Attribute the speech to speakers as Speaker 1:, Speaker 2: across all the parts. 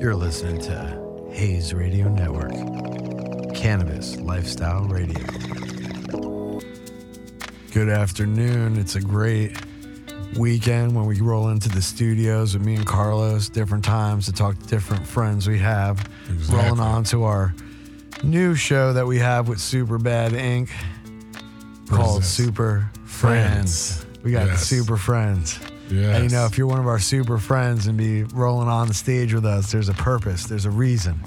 Speaker 1: You're listening to Hayes Radio Network, Cannabis Lifestyle Radio. Good afternoon. It's a great weekend when we roll into the studios with me and Carlos, different times to talk to different friends we have. Rolling
Speaker 2: Exactly.
Speaker 1: on to our new show that we have with Super Bad Inc. called
Speaker 2: Presents.
Speaker 1: Super Friends.
Speaker 2: Friends.
Speaker 1: We got the
Speaker 2: Yes.
Speaker 1: Super Friends.
Speaker 2: Yes.
Speaker 1: And you know, if you're one of our super friends and be rolling on the stage with us, there's a purpose, there's a reason.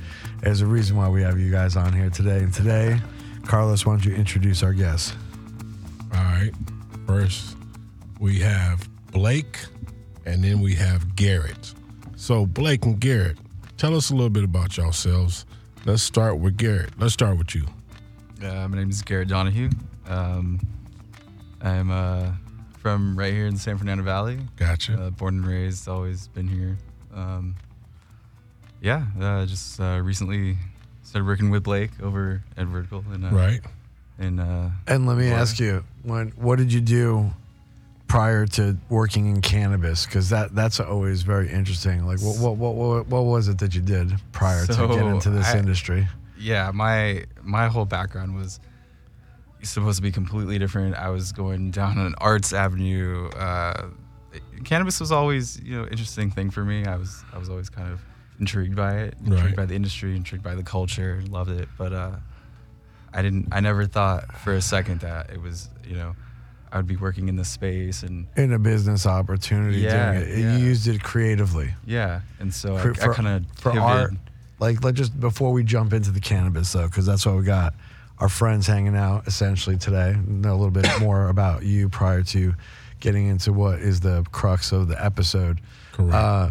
Speaker 1: There's a reason why we have you guys on here today. And today, Carlos, why don't you introduce our guest?
Speaker 2: All right. First, we have Blake, and then we have Garrett. So, Blake and Garrett, tell us a little bit about yourselves. Let's start with Garrett. Let's start with you.
Speaker 3: Uh, my name is Garrett Donahue. Um, I'm uh, from right here in the San Fernando Valley.
Speaker 2: Gotcha.
Speaker 3: Uh, born and raised, always been here. Um, yeah, uh, just uh, recently started working with Blake over at Vertical. And, uh,
Speaker 2: right.
Speaker 3: And uh,
Speaker 1: And let me
Speaker 3: Right.
Speaker 1: ask you, when, what did you do prior to working in cannabis? Because that, that's always very interesting. Like, what, what, what, what, what was it that you did prior
Speaker 3: So,
Speaker 1: to getting into this
Speaker 3: I-
Speaker 1: industry?
Speaker 3: yeah, my my whole background was supposed to be completely different. I was going down an arts avenue. Uh, cannabis was always, you know, interesting thing for me. I was I was always kind of intrigued by it, intrigued
Speaker 2: Right.
Speaker 3: by the industry, intrigued by the culture, loved it. But uh, I didn't. I never thought for a second that it was, you know, I would be working in this space and
Speaker 1: In a business opportunity,
Speaker 3: Yeah,
Speaker 1: doing it.
Speaker 3: yeah.
Speaker 1: You used it creatively.
Speaker 3: yeah. And so
Speaker 1: For-
Speaker 3: I,
Speaker 1: for-
Speaker 3: I kind of
Speaker 1: for art. Like, let just before we jump into the cannabis though, because that's what we got. Our friends hanging out essentially today. Know a little bit more about you prior to getting into what is the crux of the episode.
Speaker 2: Correct.
Speaker 1: Uh,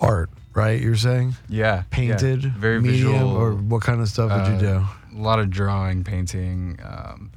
Speaker 1: art, right? You're saying
Speaker 3: Yeah, yeah.
Speaker 1: painted,
Speaker 3: very
Speaker 1: medium,
Speaker 3: visual,
Speaker 1: or what kind of stuff would you
Speaker 3: Uh,
Speaker 1: do?
Speaker 3: a lot of drawing, painting. Um,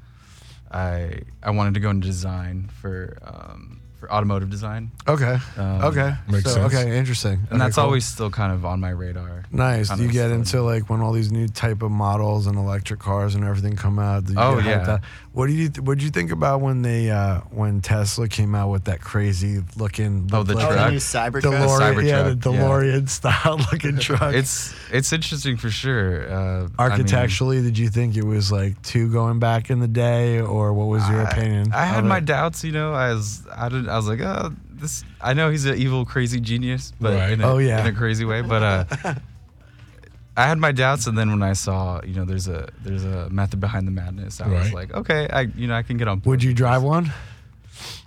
Speaker 3: I I wanted to go into design for um, for automotive design,
Speaker 1: Okay,
Speaker 3: um,
Speaker 1: okay,
Speaker 2: Makes
Speaker 1: so,
Speaker 2: sense.
Speaker 1: okay, interesting.
Speaker 3: and that's always still kind of on my radar.
Speaker 1: Nice.
Speaker 3: kind
Speaker 1: Do you
Speaker 3: of
Speaker 1: get
Speaker 3: fun.
Speaker 1: into like when all these new type of models and electric cars and everything come out? Do you
Speaker 3: Oh,
Speaker 1: get hyped
Speaker 3: yeah.
Speaker 1: up? What do you What do you think about when they uh, when Tesla came out with that crazy looking?
Speaker 3: Oh, the
Speaker 1: like,
Speaker 4: Oh, the
Speaker 3: truck.
Speaker 4: new Cybertruck.
Speaker 1: DeLorean,
Speaker 3: Cybertruck,
Speaker 1: yeah, the
Speaker 3: yeah.
Speaker 1: DeLorean style looking truck.
Speaker 3: It's it's interesting for sure. Uh, I mean,
Speaker 1: Architecturally, did you think it was like two going back in the day, or what was your
Speaker 3: I-
Speaker 1: opinion?
Speaker 3: I, had
Speaker 1: of
Speaker 3: my
Speaker 1: it?
Speaker 3: doubts, you know. I was I didn't I was like, oh, this. I know he's an evil, crazy genius, but
Speaker 2: Right.
Speaker 3: in, a,
Speaker 1: Oh, yeah.
Speaker 3: in a crazy way. But uh, I had my doubts, and then when I saw, you know, there's a there's a method behind the madness. I was
Speaker 2: Right.
Speaker 3: like, okay, I you know I can get on. board
Speaker 1: Would you
Speaker 3: with
Speaker 1: drive
Speaker 3: this.
Speaker 1: one?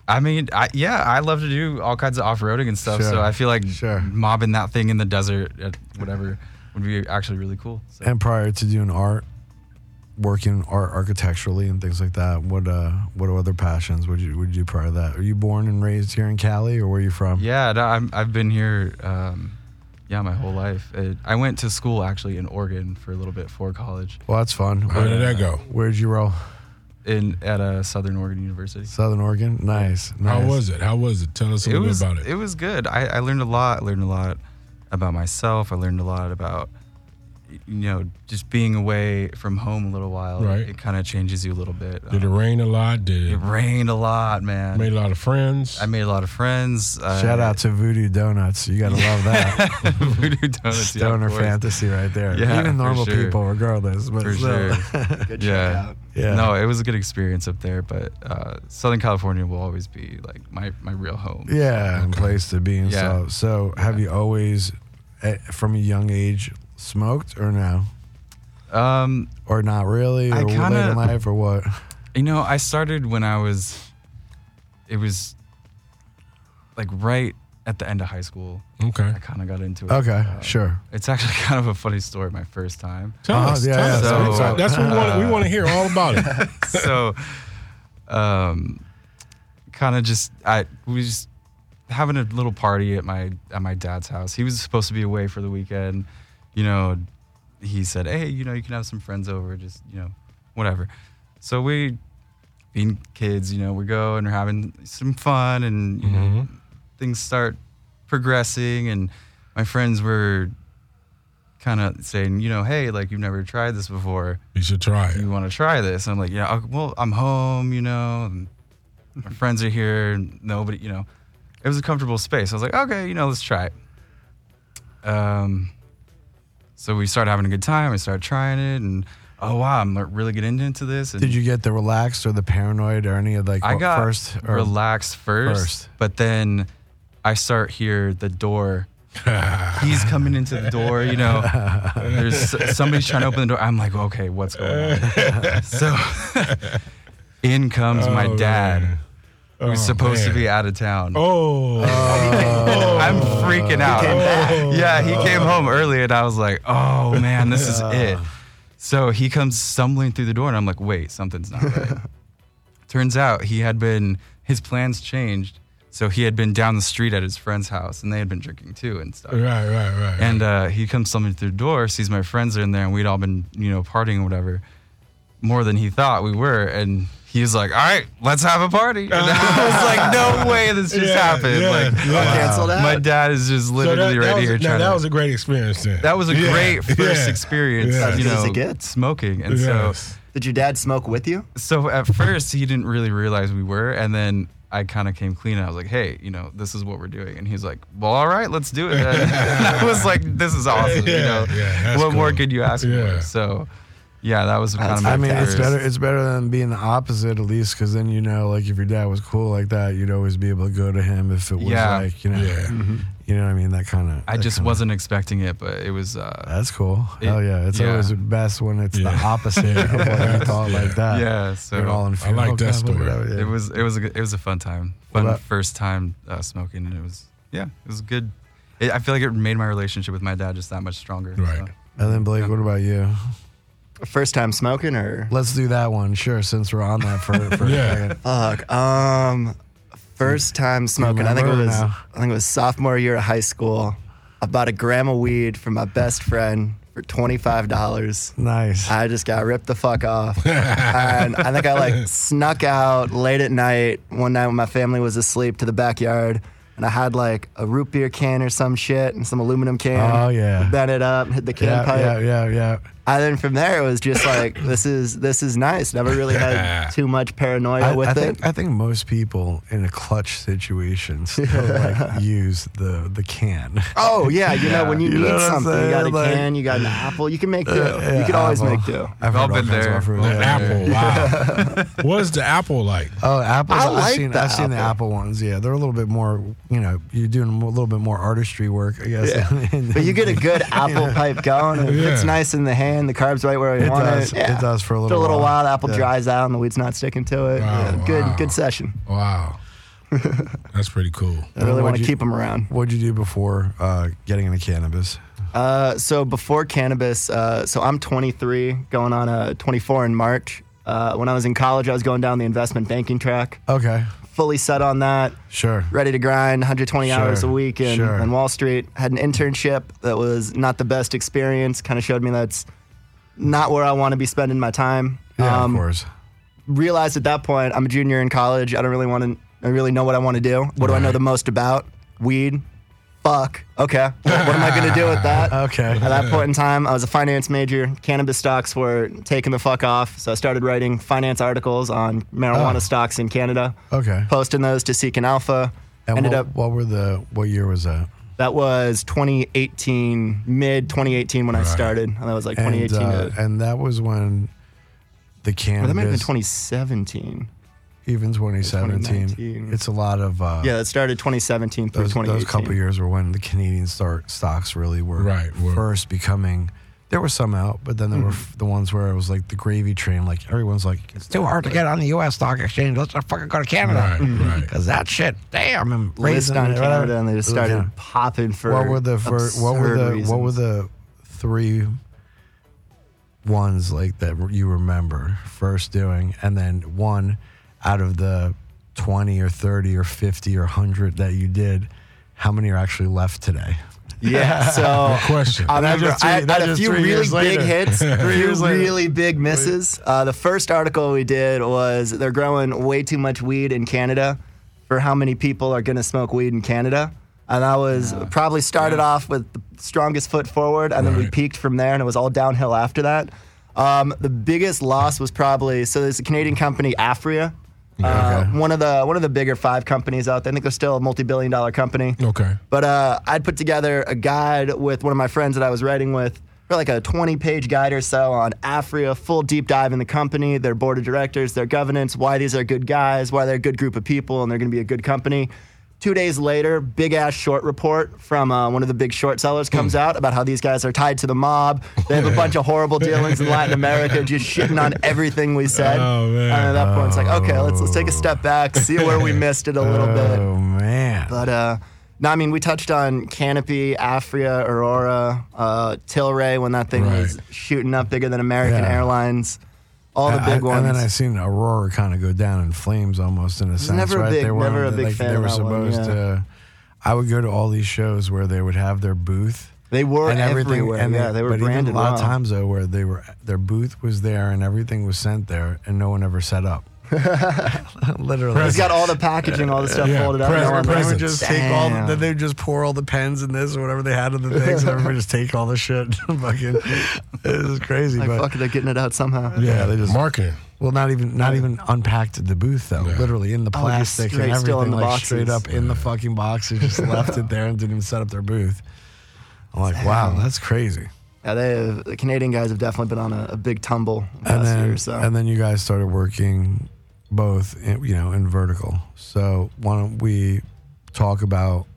Speaker 3: I mean, I, yeah, I love to do all kinds of off roading and stuff.
Speaker 1: Sure,
Speaker 3: So I feel like
Speaker 1: sure.
Speaker 3: mobbing that thing in the desert at whatever would be actually really cool. So.
Speaker 1: And prior to doing art, working in art architecturally and things like that, what uh, what other passions would you would you do prior to that? Are you born and raised here in Cali, or where are you from?
Speaker 3: yeah, no, I'm, I've been here, um, yeah, my whole life. It, I went to school actually in Oregon for a little bit for college
Speaker 1: Well, that's fun.
Speaker 2: Where did
Speaker 1: Where,
Speaker 2: that go?
Speaker 1: would you roll?
Speaker 3: in at a Southern Oregon University.
Speaker 1: Southern Oregon. Nice. nice.
Speaker 2: How was it? How was it? Tell us a
Speaker 3: it
Speaker 2: little
Speaker 3: was
Speaker 2: bit about it.
Speaker 3: was good. I, I learned a lot. I learned a lot about myself. I learned a lot about y- you know just being away from home a little while.
Speaker 2: Right.
Speaker 3: It, kind of changes you a little bit.
Speaker 2: Did it
Speaker 3: Um,
Speaker 2: rain a lot? Did
Speaker 3: It
Speaker 2: it
Speaker 3: rained a lot, man.
Speaker 2: made a lot of friends?
Speaker 3: I made a lot of friends.
Speaker 1: Shout out to Voodoo Donuts. You gotta love that.
Speaker 3: Voodoo Donuts. yeah, of
Speaker 1: Stoner
Speaker 3: course.
Speaker 1: fantasy right there.
Speaker 3: Yeah,
Speaker 1: Even
Speaker 3: for
Speaker 1: normal
Speaker 3: sure.
Speaker 1: people, regardless. But
Speaker 3: For
Speaker 1: still.
Speaker 4: Good
Speaker 3: Yeah.
Speaker 4: checkout.
Speaker 1: yeah.
Speaker 3: No, it was a good experience up there, but uh, Southern California will always be like my, my real home.
Speaker 1: Yeah, and place to be and
Speaker 3: Yeah.
Speaker 1: so. So, have you always, eh, from a young age, smoked or no,
Speaker 3: Um,
Speaker 1: or not really, or
Speaker 3: I
Speaker 1: late
Speaker 3: kinda-
Speaker 1: in life, or what?
Speaker 3: You know, I started when I was, it was like right at the end of high school.
Speaker 2: okay.
Speaker 3: I kind of got into it.
Speaker 1: Okay,
Speaker 3: Uh,
Speaker 1: sure.
Speaker 3: It's actually kind of a funny story, my first time.
Speaker 2: Tell
Speaker 1: Uh-huh,
Speaker 2: us.
Speaker 1: yeah,
Speaker 2: tell
Speaker 1: yeah.
Speaker 2: us.
Speaker 3: So-
Speaker 2: I'm sorry. That's what we want. We
Speaker 3: Uh,
Speaker 2: want to hear all about it.
Speaker 3: so um kind of just i we was just having a little party at my at my dad's house he was supposed to be away for the weekend you know he said hey you know you can have some friends over just you know whatever so we being kids you know we go and we're having some fun and you know
Speaker 2: Mhm.
Speaker 3: things start progressing and my friends were kind of saying you know hey like you've never tried this before
Speaker 2: You should try
Speaker 3: you
Speaker 2: it.
Speaker 3: want to try this? I'm like, yeah, I'll- well, I'm home, you know, and my friends are here, and nobody, you know. It was a comfortable space. I was like, okay, you know, let's try it. um, so we started having a good time. I started trying it, and oh wow, I'm like, really getting into this. And
Speaker 1: Did you get the relaxed or the paranoid or any of like
Speaker 3: I
Speaker 1: what
Speaker 3: got
Speaker 1: first? Or,
Speaker 3: relaxed first,
Speaker 1: First.
Speaker 3: but then I start hear the door. He's coming into the door, you know. There's s- somebody's trying to open the door. I'm like, okay, what's going on? So, in comes my
Speaker 2: Oh,
Speaker 3: dad,
Speaker 2: man.
Speaker 3: who's
Speaker 2: Oh,
Speaker 3: supposed to
Speaker 2: man.
Speaker 3: be out of town.
Speaker 2: Oh,
Speaker 3: I'm freaking out. Yeah, he
Speaker 2: Oh.
Speaker 3: came home early and I was like, oh man, this is it. So he comes stumbling through the door and I'm like, wait, something's not right. Turns out he had been, his plans changed. So he had been down the street at his friend's house and they had been drinking too and stuff.
Speaker 2: right, right, right.
Speaker 3: And uh, he comes stumbling through the door, sees my friends are in there and we'd all been, you know, partying or whatever, more than he thought we were. And he was like, all right, let's have a party. And I was like, no way this just
Speaker 2: Yeah,
Speaker 3: happened.
Speaker 2: yeah,
Speaker 3: like,
Speaker 2: yeah.
Speaker 4: Wow. Canceled out.
Speaker 3: my dad is just
Speaker 2: So
Speaker 3: literally right
Speaker 2: was,
Speaker 3: here
Speaker 2: now
Speaker 3: trying
Speaker 2: that
Speaker 3: to.
Speaker 2: was a great experience. Then.
Speaker 3: that was a
Speaker 2: Yeah,
Speaker 3: great first
Speaker 2: yeah,
Speaker 3: experience,
Speaker 2: yeah.
Speaker 4: As
Speaker 3: you
Speaker 4: good as
Speaker 3: know,
Speaker 4: it gets.
Speaker 3: smoking. And
Speaker 2: Yes.
Speaker 4: Did your dad smoke with you?
Speaker 3: so, so at first he didn't really realize we were, and then I kind of came clean. And I was like, "Hey, you know, this is what we're doing." And he's like, "Well, all right, let's do it." Then. And I was like, "This is awesome." you
Speaker 2: Yeah,
Speaker 3: know,
Speaker 2: yeah, that's
Speaker 3: what more
Speaker 2: cool.
Speaker 3: could you ask
Speaker 2: Yeah.
Speaker 3: for? So, yeah, that was kind
Speaker 4: That's
Speaker 3: of.
Speaker 1: I mean, it's
Speaker 4: First.
Speaker 1: better. It's better than being the opposite, at least, because then you know, like, if your dad was cool like that, you'd always be able to go to him. If it was
Speaker 3: Yeah.
Speaker 1: like, you know,
Speaker 2: Yeah.
Speaker 1: you know what I mean, that kind of.
Speaker 3: I just wasn't expecting it, but it was. Uh,
Speaker 1: That's cool. Hell yeah! It's
Speaker 3: yeah.
Speaker 1: always the best when it's the
Speaker 2: Yeah.
Speaker 1: opposite of what you thought like that.
Speaker 3: yeah, so
Speaker 1: You're Uh, all in fear.
Speaker 2: like
Speaker 1: Oh,
Speaker 2: that
Speaker 1: God, look
Speaker 2: story.
Speaker 1: at that. Yeah.
Speaker 3: It was it was a good- it was a fun time, fun
Speaker 1: about-
Speaker 3: first time uh, smoking, and it was yeah, it was good. It, I feel like it made my relationship with my dad just that much stronger.
Speaker 2: Right.
Speaker 1: and then Blake, what about you?
Speaker 4: First time smoking or?
Speaker 1: Let's do that one, sure. Since we're on that for, for
Speaker 2: Yeah.
Speaker 1: a second.
Speaker 4: Fuck. Um, first time smoking. I think it
Speaker 1: remember
Speaker 4: was.
Speaker 1: now?
Speaker 4: I think it was sophomore year of high school. I bought a gram of weed from my best friend for twenty five dollars.
Speaker 1: Nice.
Speaker 4: I just got ripped the fuck off, and I think I like snuck out late at night one night when my family was asleep to the backyard, and I had like a root beer can or some shit and some aluminum can.
Speaker 1: Oh, yeah.
Speaker 4: bent it up, hit the can
Speaker 1: yeah,
Speaker 4: pipe.
Speaker 1: yeah, yeah, yeah.
Speaker 4: And then from there, it was just like this is this is nice. Never really had too much paranoia
Speaker 1: I,
Speaker 4: with
Speaker 1: I
Speaker 4: it.
Speaker 1: think I think most people in a clutch situation still like use the the can.
Speaker 4: Oh yeah, you know when you,
Speaker 1: You know
Speaker 4: need
Speaker 1: what I'm
Speaker 4: something, you got a
Speaker 1: saying? Like-
Speaker 4: can, you got an apple, you can make do. you can always make do.
Speaker 1: I've
Speaker 3: We've all
Speaker 1: heard kinds
Speaker 3: been
Speaker 1: of
Speaker 3: there.
Speaker 1: offers,
Speaker 2: The
Speaker 1: yeah.
Speaker 2: apple. Wow. what is the apple like?
Speaker 1: Oh, apples!
Speaker 4: I
Speaker 1: I've
Speaker 4: like
Speaker 1: seen
Speaker 4: the
Speaker 1: I've seen the apple ones. Yeah, they're a little bit more. You know, you're doing a little bit more artistry work, I guess.
Speaker 4: Yeah.
Speaker 1: than-
Speaker 4: But you get a good apple pipe going. and
Speaker 2: Yeah.
Speaker 4: It's nice in the hand. The carbs right where you
Speaker 1: It
Speaker 4: want
Speaker 1: does.
Speaker 4: it. Yeah.
Speaker 1: It does for a
Speaker 4: After
Speaker 1: little.
Speaker 4: a little while, the apple
Speaker 1: Yeah.
Speaker 4: dries out and the weed's not sticking to it.
Speaker 2: Wow,
Speaker 4: Yeah, Good,
Speaker 2: wow.
Speaker 4: good session.
Speaker 2: Wow. That's pretty cool.
Speaker 4: I really
Speaker 1: then
Speaker 4: want
Speaker 1: what'd
Speaker 4: to
Speaker 1: you-
Speaker 4: keep them around.
Speaker 1: What'd you do before uh, getting into cannabis?
Speaker 4: Uh, so before cannabis, uh, so I'm 23, going on a 24 in March. Uh, when I was in college, I was going down the investment banking track,
Speaker 1: Okay,
Speaker 4: fully set on that.
Speaker 1: sure.
Speaker 4: ready to grind 120
Speaker 1: Sure,
Speaker 4: hours a week in,
Speaker 1: sure.
Speaker 4: in Wall Street. Had an internship that was not the best experience, kind of showed me that's not where I want to be spending my time. Um,
Speaker 1: Yeah, of course.
Speaker 4: Realized at that point, I'm a junior in college. I don't really want to, I don't really know what I want to do. What do I know
Speaker 2: Right.
Speaker 4: the most about? Weed. Fuck. Okay. Well, what am I going to do with that?
Speaker 1: Okay.
Speaker 4: At that point in time, I was a finance major. Cannabis stocks were taking the fuck off. So I started writing finance articles on marijuana
Speaker 1: Oh.
Speaker 4: stocks in Canada,
Speaker 1: Okay.
Speaker 4: posting those to Seek an Alpha.
Speaker 1: And
Speaker 4: ended
Speaker 1: what,
Speaker 4: up
Speaker 1: what were the what year was that?
Speaker 4: That was 2018, mid 2018 when I
Speaker 2: Right.
Speaker 4: started. And that was like
Speaker 1: And,
Speaker 4: 2018.
Speaker 1: uh,
Speaker 4: to,
Speaker 1: and that was when the
Speaker 4: or
Speaker 1: cannabis
Speaker 4: that might have been 2017.
Speaker 1: even 2017.
Speaker 4: 2019.
Speaker 1: It's a lot of uh,
Speaker 4: Yeah, it started 2017 through
Speaker 1: those,
Speaker 4: 2018.
Speaker 1: those couple years were when the Canadian start stocks really were
Speaker 2: Right, were-
Speaker 1: first becoming. There were some out, but then there were
Speaker 4: Hmm.
Speaker 1: f- the ones where it was like the gravy train. Like everyone's like, it's too hard to get on the U.S. stock exchange. Let's just fucking go to
Speaker 2: Right,
Speaker 1: Canada
Speaker 2: right.
Speaker 1: because that shit, damn, I'm
Speaker 4: List
Speaker 1: raising
Speaker 4: on
Speaker 1: it, whatever.
Speaker 4: Canada, and they just started
Speaker 1: Yeah.
Speaker 4: popping for
Speaker 1: What were the fir- what were the
Speaker 4: absurd
Speaker 1: what were
Speaker 4: reasons.
Speaker 1: the three ones like that you remember first doing, and then one out of the twenty or thirty or fifty or hundred that you did, how many are actually left today?
Speaker 4: Yeah, so
Speaker 2: question.
Speaker 4: I remember
Speaker 1: just three-
Speaker 4: I had
Speaker 1: that's
Speaker 4: a
Speaker 1: just
Speaker 4: few
Speaker 1: three
Speaker 4: really
Speaker 1: years
Speaker 4: big
Speaker 1: later.
Speaker 4: hits, a few
Speaker 1: years later.
Speaker 4: really big misses. Uh, the first article we did was they're growing way too much weed in Canada for how many people are going to smoke weed in Canada. And I was probably started off with the strongest foot forward, and then we
Speaker 2: Right.
Speaker 4: peaked from there, and it was all downhill after that. Um, the biggest loss was probably so there's a Canadian company, Afria. Uh,
Speaker 1: Okay.
Speaker 4: One of the one of the bigger five companies out there. I think they're still a multi-billion dollar company.
Speaker 2: Okay.
Speaker 4: But uh, I'd put together a guide with one of my friends that I was writing with, for like a 20 page guide or so on Afria, full deep dive in the company, their board of directors, their governance, why these are good guys, why they're a good group of people, and they're going to be a good company. Two days later, big ass short report from uh, one of the big short sellers comes out about how these guys are tied to the mob. They have a bunch of horrible dealings in Latin America, just shitting on everything we said.
Speaker 2: Oh, man.
Speaker 4: And at that point, it's like, okay, let's let's take a step back, see where we missed it a little bit.
Speaker 1: Oh man.
Speaker 4: But uh, no, I mean we touched on Canopy, Afria, Aurora, uh, Tilray when that thing was
Speaker 2: Right.
Speaker 4: shooting up bigger than American
Speaker 1: Yeah.
Speaker 4: Airlines, all the
Speaker 1: I-
Speaker 4: big
Speaker 1: I-
Speaker 4: ones.
Speaker 1: And then I seen Aurora kind of go down in flames almost in a sense.
Speaker 4: never a
Speaker 1: right?
Speaker 4: big- never a big
Speaker 1: like,
Speaker 4: fan
Speaker 1: They
Speaker 4: of
Speaker 1: were
Speaker 4: that one,
Speaker 1: supposed
Speaker 4: yeah.
Speaker 1: to. I would go to all these shows where they would have their booth.
Speaker 4: they were
Speaker 1: and everything,
Speaker 4: everywhere.
Speaker 1: and
Speaker 4: yeah, they were
Speaker 1: but even
Speaker 4: branded
Speaker 1: a lot
Speaker 4: well.
Speaker 1: of times though, where they were their booth was there and everything was sent there, and no one ever set up. Literally,
Speaker 4: He's got all the packaging, all the stuff
Speaker 2: Yeah,
Speaker 4: folded up.
Speaker 2: pres-
Speaker 4: no one-
Speaker 1: They would
Speaker 2: presents.
Speaker 1: just take all.
Speaker 4: Damn.
Speaker 1: Then they would just pour all the pens and this or whatever they had in the things, and everybody just take all the shit. Fucking, it was crazy.
Speaker 4: Like,
Speaker 1: but
Speaker 4: fuck it, they're getting it out somehow.
Speaker 1: Yeah, they just-
Speaker 2: marketing.
Speaker 1: Well, not even not even unpacked the booth though.
Speaker 2: Yeah.
Speaker 1: Literally in the
Speaker 4: Oh, just
Speaker 1: plastic and
Speaker 4: straight-
Speaker 1: everything,
Speaker 4: still in the
Speaker 1: like
Speaker 4: boxes.
Speaker 1: straight up in the fucking boxes, just left it there and didn't even set up their booth. I'm like, wow, that's crazy.
Speaker 4: Yeah, they have, the Canadian guys have definitely been on a, a big tumble
Speaker 1: And
Speaker 4: last
Speaker 1: then,
Speaker 4: year. So
Speaker 1: and then you guys started working both, in, you know, in vertical. So why don't we talk about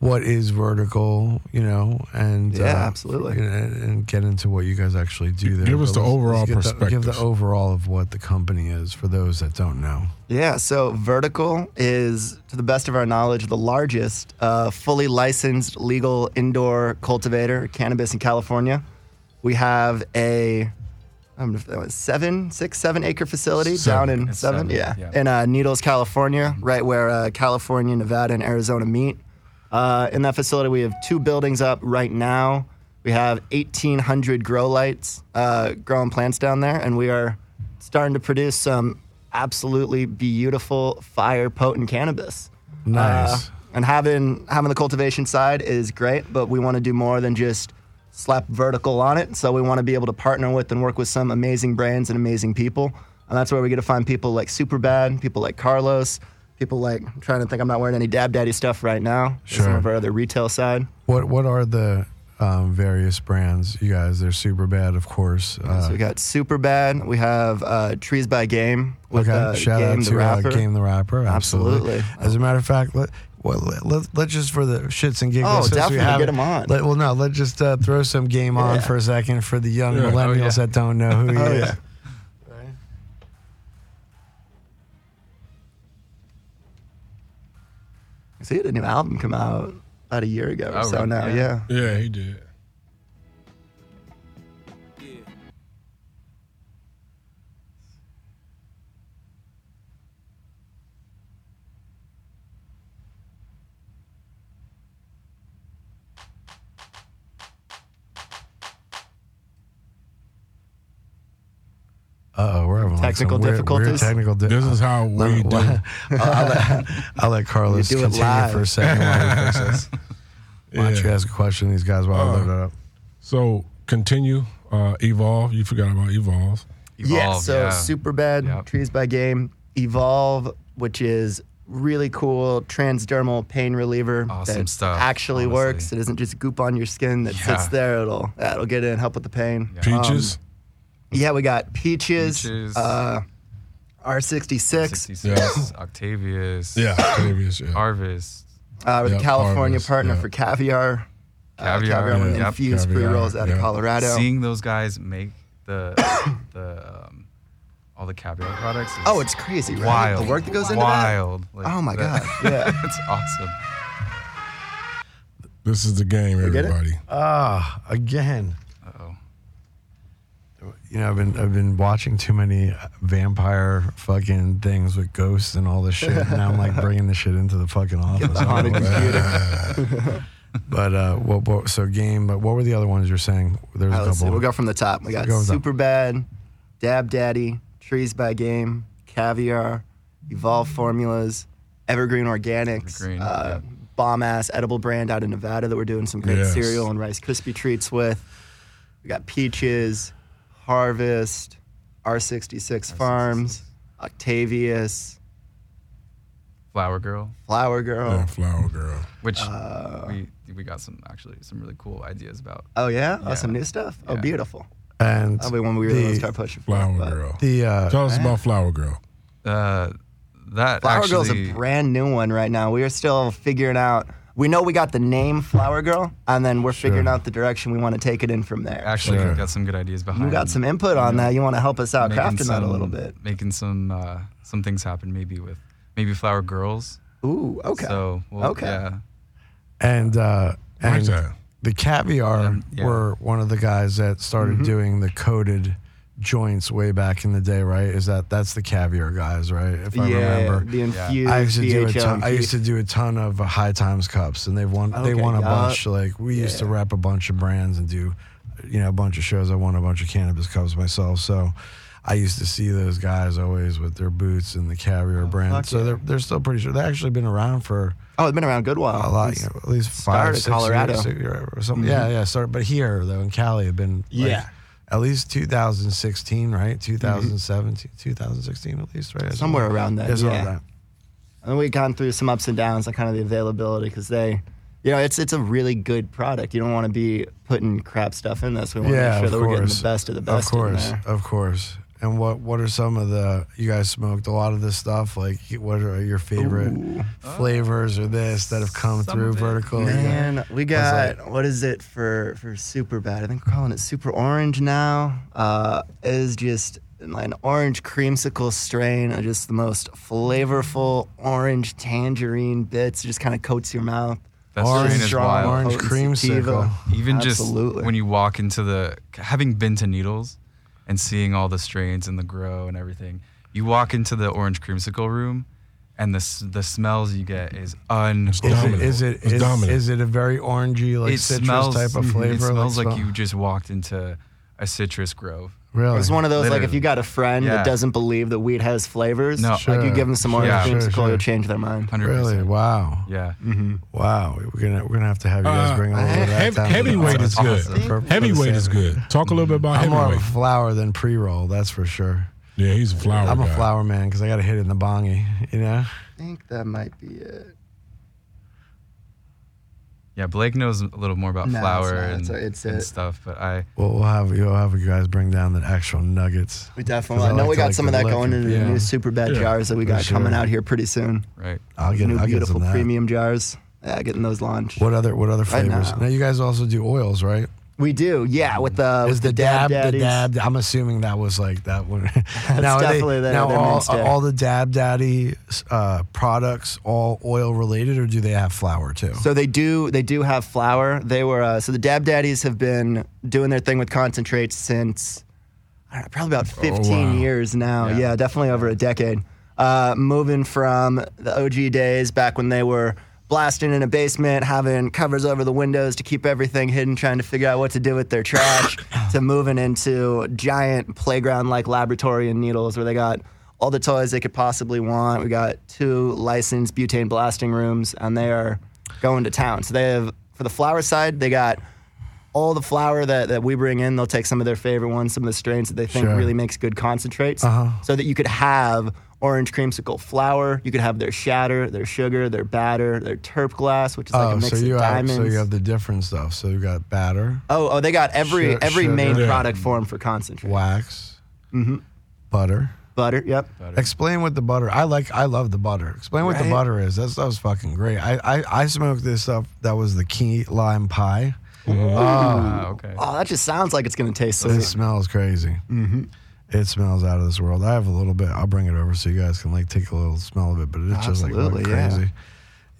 Speaker 1: what is vertical, you know, and
Speaker 4: Yeah, absolutely.
Speaker 1: you know, and, and get into what you guys actually do there.
Speaker 2: Give us
Speaker 1: But let's- let's
Speaker 2: the overall
Speaker 1: get the- Give the
Speaker 2: perspective.
Speaker 1: overall of what the company is for those that don't know.
Speaker 4: Yeah, so Vertical is, to the best of our knowledge, the largest uh, fully licensed legal indoor cultivator of cannabis in California. We have a I'm gonna- um, that was seven, six, seven acre facility
Speaker 2: Seven.
Speaker 4: down in
Speaker 3: It's
Speaker 4: seven,
Speaker 3: seven,
Speaker 4: yeah,
Speaker 3: yeah.
Speaker 4: in uh, Needles, California, right where uh, California, Nevada, and Arizona meet. Uh, in that facility, we have two buildings up right now. We have 1,800 grow lights uh, growing plants down there, and we are starting to produce some absolutely beautiful, fire potent cannabis.
Speaker 1: Nice.
Speaker 4: Uh, and having having the cultivation side is great, but we want to do more than just slap vertical on it. So we want to be able to partner with and work with some amazing brands and amazing people. And that's where we get to find people like Superbad, people like Carlos, people like I'm trying to think I'm not wearing any Dab Daddy stuff right now. There's Some
Speaker 1: Sure.
Speaker 4: of our other retail side.
Speaker 1: What what are the um, various brands? You guys, they're super bad, of course. Uh,
Speaker 4: so we got Superbad, we have uh, Trees by Game with
Speaker 1: okay,
Speaker 4: uh,
Speaker 1: shout
Speaker 4: Game
Speaker 1: out
Speaker 4: the
Speaker 1: to uh,
Speaker 4: rapper.
Speaker 1: Game the Rapper. Absolutely.
Speaker 4: Absolutely.
Speaker 1: As a matter of fact, let well, let, let, let's just for the shits and giggles.
Speaker 4: Oh,
Speaker 1: since we
Speaker 4: definitely,
Speaker 1: have
Speaker 4: get
Speaker 1: it,
Speaker 4: 'em on.
Speaker 1: Let, well, no, let's just uh, throw some game on
Speaker 4: Yeah.
Speaker 1: for a second for the young
Speaker 2: Yeah. Oh,
Speaker 1: millennials
Speaker 3: yeah.
Speaker 1: that don't know who he
Speaker 4: Oh
Speaker 1: is.
Speaker 4: yeah. So he had a new album come out about a year ago or
Speaker 3: Oh,
Speaker 4: so
Speaker 3: really?
Speaker 4: now,
Speaker 3: Yeah.
Speaker 4: yeah.
Speaker 2: Yeah, he did.
Speaker 1: Uh oh, we're having like, some
Speaker 4: Technical
Speaker 1: weird- weird
Speaker 4: difficulties?
Speaker 1: technical di-
Speaker 2: This is how we do. it.
Speaker 1: I'll, let, I'll let Carlos
Speaker 4: You do it
Speaker 1: continue
Speaker 4: live.
Speaker 1: for a second while he fixes. Why don't
Speaker 2: Yeah.
Speaker 1: you ask a question to these guys while I
Speaker 2: Uh,
Speaker 1: load it up?
Speaker 2: So continue, uh, evolve. You forgot about evolve.
Speaker 4: yeah,
Speaker 3: Evolve,
Speaker 4: so
Speaker 3: yeah.
Speaker 4: super bad
Speaker 3: Yep.
Speaker 4: trees by game evolve, which is really cool transdermal pain reliever
Speaker 3: Awesome
Speaker 4: that
Speaker 3: stuff,
Speaker 4: actually
Speaker 3: honestly.
Speaker 4: works. It isn't just goop on your skin that
Speaker 3: Yeah.
Speaker 4: sits there. It'll that'll get in, help with the pain.
Speaker 3: Yeah. Um,
Speaker 2: Peaches.
Speaker 4: Yeah, we got peaches,
Speaker 3: Peaches.
Speaker 4: uh, R66
Speaker 3: 66, Octavius,
Speaker 2: yeah. Octavius, yeah.
Speaker 3: Harvest.
Speaker 4: uh, with
Speaker 2: Yeah,
Speaker 4: the California
Speaker 2: Harvest,
Speaker 4: partner
Speaker 2: yeah.
Speaker 4: for caviar.
Speaker 3: Caviar,
Speaker 4: uh, caviar with
Speaker 3: yeah.
Speaker 4: infused
Speaker 2: Caviar,
Speaker 4: pre rolls out of
Speaker 2: yeah.
Speaker 4: Colorado.
Speaker 3: Seeing those guys make the the um, all the caviar products. Is
Speaker 4: Oh, it's crazy, right?
Speaker 3: wild.
Speaker 4: The work that goes into that.
Speaker 3: wild. Like,
Speaker 4: Oh my
Speaker 3: that-
Speaker 4: god! Yeah.
Speaker 3: it's awesome.
Speaker 2: This is the game,
Speaker 4: get it?
Speaker 2: everybody.
Speaker 1: Ah, again.
Speaker 3: Uh oh.
Speaker 1: you know, I've been I've been watching too many vampire fucking things with ghosts and all this shit. And now I'm like bringing this shit into the fucking office. I don't
Speaker 4: haunted
Speaker 1: know what-
Speaker 2: Uh,
Speaker 1: but uh, what, what? So game. But what were the other ones you're saying? There's
Speaker 4: All
Speaker 1: a
Speaker 4: right, Uh, let's see.
Speaker 1: couple.
Speaker 4: We'll go from the top. We got
Speaker 1: Go with that.
Speaker 4: Superbad, Dab Daddy, Trees by Game, Caviar, Evolve Formulas, Evergreen Organics,
Speaker 3: Evergreen,
Speaker 4: uh, bomb ass edible brand out of Nevada that we're doing some great
Speaker 2: Yes.
Speaker 4: cereal and Rice Krispie treats with. We got Peaches, Harvest, R66 Farms, Octavius,
Speaker 3: Flower Girl,
Speaker 4: Flower
Speaker 1: Oh.
Speaker 4: Girl.
Speaker 2: Yeah, Flower Girl.
Speaker 3: which
Speaker 4: Uh,
Speaker 3: we we got some actually some really cool ideas about.
Speaker 4: Oh yeah? Oh, some new stuff? Oh,
Speaker 3: Yeah.
Speaker 4: beautiful.
Speaker 1: And
Speaker 4: That'll be one we really want to start
Speaker 1: the,
Speaker 4: pushing for.
Speaker 2: Flower
Speaker 4: but-
Speaker 2: Girl.
Speaker 1: the uh,
Speaker 2: Tell us about Flower Girl.
Speaker 3: Uh, that
Speaker 4: Flower
Speaker 3: actually,
Speaker 4: Girl's a brand new one right now. We are still figuring out. We know we got the name Flower Girl, and then we're figuring out the direction we want to take it in from there.
Speaker 3: actually
Speaker 2: Sure.
Speaker 3: got some good ideas behind.
Speaker 4: you got some input on that. You want to help us out
Speaker 3: making
Speaker 4: crafting that a
Speaker 3: some-
Speaker 4: little bit.
Speaker 3: making some uh, some things happen. Maybe with maybe Flower Girls.
Speaker 4: Ooh, okay.
Speaker 3: So we'll,
Speaker 4: Okay.
Speaker 3: yeah,
Speaker 1: and uh,
Speaker 2: Like
Speaker 1: and
Speaker 2: that.
Speaker 1: the caviar
Speaker 4: Um,
Speaker 3: yeah.
Speaker 1: were one of the guys that started
Speaker 4: Mm-hmm.
Speaker 1: doing the coated joints way back in the day, right? Is that that's the caviar guys, right? If I
Speaker 4: yeah,
Speaker 1: remember.
Speaker 4: the infused
Speaker 1: I used to do a
Speaker 4: VHO
Speaker 1: ton, I used
Speaker 4: infused-
Speaker 1: to do a ton of uh, high times cups, and they've won. they
Speaker 4: Okay,
Speaker 1: won a
Speaker 4: got
Speaker 1: bunch. Like we used to rep a bunch of brands and do, you know, a bunch of shows. I won a bunch of cannabis cups myself, so I used to see those guys always with their boots and the caviar brand.
Speaker 4: Oh, fuck
Speaker 1: So
Speaker 4: yeah.
Speaker 1: they're they're still pretty sure they've actually been around for
Speaker 4: Oh, it's been around a good
Speaker 1: a
Speaker 4: while.
Speaker 1: lot, you know, at least
Speaker 4: started
Speaker 1: five, six
Speaker 4: Colorado. Mm-hmm.
Speaker 1: years, six year- or something. Yeah, yeah. Started, but here though in Cali, have been like,
Speaker 4: Yeah. Mm-hmm.
Speaker 1: at least 2016, right? 2017, 2016 at least, right?
Speaker 4: Somewhere around that,
Speaker 1: Somewhere
Speaker 4: yeah.
Speaker 1: around that.
Speaker 4: And we've gone through some ups and downs on kind of the availability because they, you know, it's it's a really good product. You don't want to be putting crap stuff in this. We want
Speaker 1: yeah,
Speaker 4: to make sure
Speaker 1: of
Speaker 4: that
Speaker 1: course.
Speaker 4: we're getting the best of the best.
Speaker 1: Of
Speaker 4: in
Speaker 1: course,
Speaker 4: there.
Speaker 1: of course. And what what are some of the you guys smoked a lot of this stuff? Like what are your favorite flavors or this that have come
Speaker 3: Some
Speaker 1: through
Speaker 3: of it.
Speaker 1: vertical?
Speaker 4: Man, we got
Speaker 1: like-
Speaker 4: what is it for for super bad? I think we're calling it super orange now. Uh, it is just an orange creamsicle strain, uh, just the most flavorful orange tangerine bits. It just kind of coats your mouth.
Speaker 3: that
Speaker 1: Orange
Speaker 3: strain is
Speaker 1: straw,
Speaker 3: wild.
Speaker 1: orange
Speaker 4: Potent
Speaker 1: creamsicle.
Speaker 4: sativa.
Speaker 3: Even
Speaker 4: Absolutely.
Speaker 3: just when you walk into the having been to Needles and seeing all the strains and the grow and everything, you walk into the orange creamsicle room, and the s- the smells you get is
Speaker 1: Is
Speaker 3: unbelievable.
Speaker 1: it is it
Speaker 2: It's
Speaker 1: is,
Speaker 2: dominant.
Speaker 1: is it a very orangey like citrus type of
Speaker 3: mhm,
Speaker 1: flavor?
Speaker 3: It smells like,
Speaker 1: smell-
Speaker 3: you just walked into a citrus grove.
Speaker 1: Really?
Speaker 4: It was one of those like if
Speaker 3: Literally.
Speaker 4: you got a friend
Speaker 3: Yeah.
Speaker 4: that doesn't believe that weed has flavors,
Speaker 3: No.
Speaker 4: like you
Speaker 1: Sure,
Speaker 4: give them some orange
Speaker 3: sure,
Speaker 1: sure,
Speaker 4: creamsicle,
Speaker 1: sure.
Speaker 4: you'll change their mind.
Speaker 3: Hundred
Speaker 1: Really?
Speaker 3: percent.
Speaker 1: Wow.
Speaker 3: Yeah.
Speaker 1: Wow. We're gonna we're gonna have to have you guys
Speaker 2: Uh,
Speaker 1: bring a little bit of that
Speaker 2: heavy-
Speaker 1: down to the
Speaker 2: heavyweight is
Speaker 1: podcast
Speaker 2: good.
Speaker 1: for- for the
Speaker 2: Heavyweight is
Speaker 1: Saturday.
Speaker 2: good. Talk a little bit about
Speaker 1: I'm more of a
Speaker 2: heavyweight.
Speaker 1: flower than pre roll, that's for sure.
Speaker 2: Yeah, he's a flower
Speaker 1: I'm
Speaker 2: guy.
Speaker 1: a flower man because I got to hit it in the bongy, you know.
Speaker 4: I think that might be it.
Speaker 3: Yeah. Blake knows a little more about
Speaker 4: No, it's
Speaker 3: flower
Speaker 4: not.
Speaker 3: and,
Speaker 4: It's a- it's
Speaker 3: and
Speaker 4: a-
Speaker 3: stuff, but I
Speaker 1: Well, we'll have you'll have you guys bring down the actual nuggets.
Speaker 4: We
Speaker 1: 'Cause
Speaker 4: definitely.
Speaker 1: I
Speaker 4: I know
Speaker 1: like
Speaker 4: we
Speaker 1: to
Speaker 4: got
Speaker 1: like
Speaker 4: some of
Speaker 1: the
Speaker 4: that
Speaker 1: look
Speaker 4: going
Speaker 1: of-
Speaker 4: into the
Speaker 1: yeah.
Speaker 4: new super bad
Speaker 2: Yeah,
Speaker 4: jars that we got
Speaker 1: sure.
Speaker 4: coming out here pretty soon.
Speaker 3: right.
Speaker 1: I'll get
Speaker 4: new
Speaker 1: I'll get
Speaker 4: beautiful
Speaker 1: some of that.
Speaker 4: premium jars. Yeah, getting those launched.
Speaker 1: What other what other
Speaker 4: Right
Speaker 1: flavors?
Speaker 4: now.
Speaker 1: now you guys also do oils, right?
Speaker 4: We do, yeah. With the
Speaker 1: Is
Speaker 4: with
Speaker 1: the, dab, the
Speaker 4: daddies.
Speaker 1: dab? I'm assuming that was like that one. now, are
Speaker 4: definitely their-
Speaker 1: now
Speaker 4: their
Speaker 1: all,
Speaker 4: mainstay.
Speaker 1: all the dab daddy uh, products all oil related, or do they have flour too?
Speaker 4: So they do they do have flour. They were uh, so the dab daddies have been doing their thing with concentrates since I don't know, probably about 15
Speaker 2: wow.
Speaker 4: years now. Yeah.
Speaker 3: Yeah.
Speaker 4: definitely over a decade. Uh, moving from the OG days back when they were blasting in a basement, having covers over the windows to keep everything hidden, trying to figure out what to do with their trash, to moving into giant playground like laboratory and needles where they got all the toys they could possibly want. We got two licensed butane blasting rooms, and they are going to town. So they have, for the flower side, they got all the flour that, that we bring in, they'll take some of their favorite ones, some of the strains that they think
Speaker 1: Sure.
Speaker 4: really makes good concentrates,
Speaker 1: Uh-huh.
Speaker 4: so that you could have orange creamsicle flour. You could have their shatter, their sugar, their batter, their terp glass, which is like a mix
Speaker 1: Oh, so you
Speaker 4: of
Speaker 1: have
Speaker 4: diamonds.
Speaker 1: so you have the different stuff. So you got batter,
Speaker 4: oh, oh, they got every
Speaker 1: Su-
Speaker 4: every main
Speaker 1: sugar.
Speaker 4: product form for concentrate.
Speaker 1: wax,
Speaker 4: Mm-hmm.
Speaker 1: butter.
Speaker 4: Butter, yep.
Speaker 1: Explain what the butter. I like. I love the butter. Explain what the
Speaker 4: Right?
Speaker 1: butter is. That stuff's fucking great. I I, I smoked this stuff. That was the key lime pie.
Speaker 4: Mm-hmm.
Speaker 3: Ah, okay.
Speaker 4: Oh, that just sounds like it's gonna taste
Speaker 1: It
Speaker 4: sweet.
Speaker 1: smells crazy. Mm-hmm. It smells out of this world. I have a little bit. I'll bring it over so you guys can like take a little smell of it. But it's just like going
Speaker 4: Absolutely, yeah.
Speaker 1: crazy.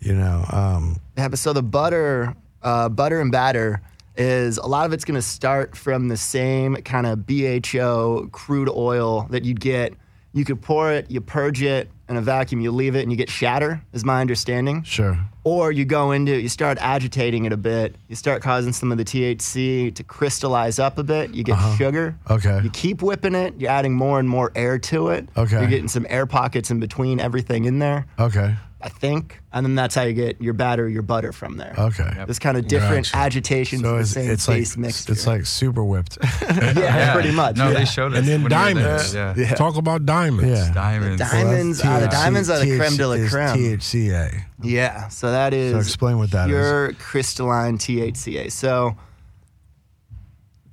Speaker 1: You know. Um,
Speaker 4: Yeah, but so the butter, uh, butter and batter is a lot of it's going to start from the same kind of BHO crude oil that you'd get. You could pour it, you purge it in a vacuum, you leave it, and you get shatter, is my understanding.
Speaker 1: sure.
Speaker 4: Or you go into it, you start agitating it a bit, you start causing some of the THC to crystallize up a bit, you get sugar.
Speaker 1: Uh-huh. Okay.
Speaker 4: You keep whipping it, you're adding more and more air to it.
Speaker 1: Okay.
Speaker 4: You're getting some air pockets in between everything in there
Speaker 1: Okay.
Speaker 4: I think. And then that's how you get your batter, your butter from there.
Speaker 1: Okay.
Speaker 4: This kind of different
Speaker 2: Gotcha.
Speaker 4: agitations
Speaker 1: So
Speaker 4: of the
Speaker 1: it's,
Speaker 4: same
Speaker 1: it's like
Speaker 4: base mixture.
Speaker 1: it's like super whipped.
Speaker 4: yeah,
Speaker 3: Yeah.
Speaker 4: pretty much.
Speaker 3: No,
Speaker 4: yeah.
Speaker 3: they showed us.
Speaker 2: And then
Speaker 3: when we were there.
Speaker 2: diamonds.
Speaker 3: Yeah.
Speaker 1: Yeah.
Speaker 2: Talk about diamonds.
Speaker 1: Yeah.
Speaker 3: Diamonds.
Speaker 4: Diamonds are the
Speaker 1: THC
Speaker 4: diamonds are the creme de la
Speaker 1: is
Speaker 4: creme.
Speaker 1: THCA.
Speaker 4: Yeah. So that is
Speaker 1: So explain what that is.
Speaker 4: pure crystalline THCA. So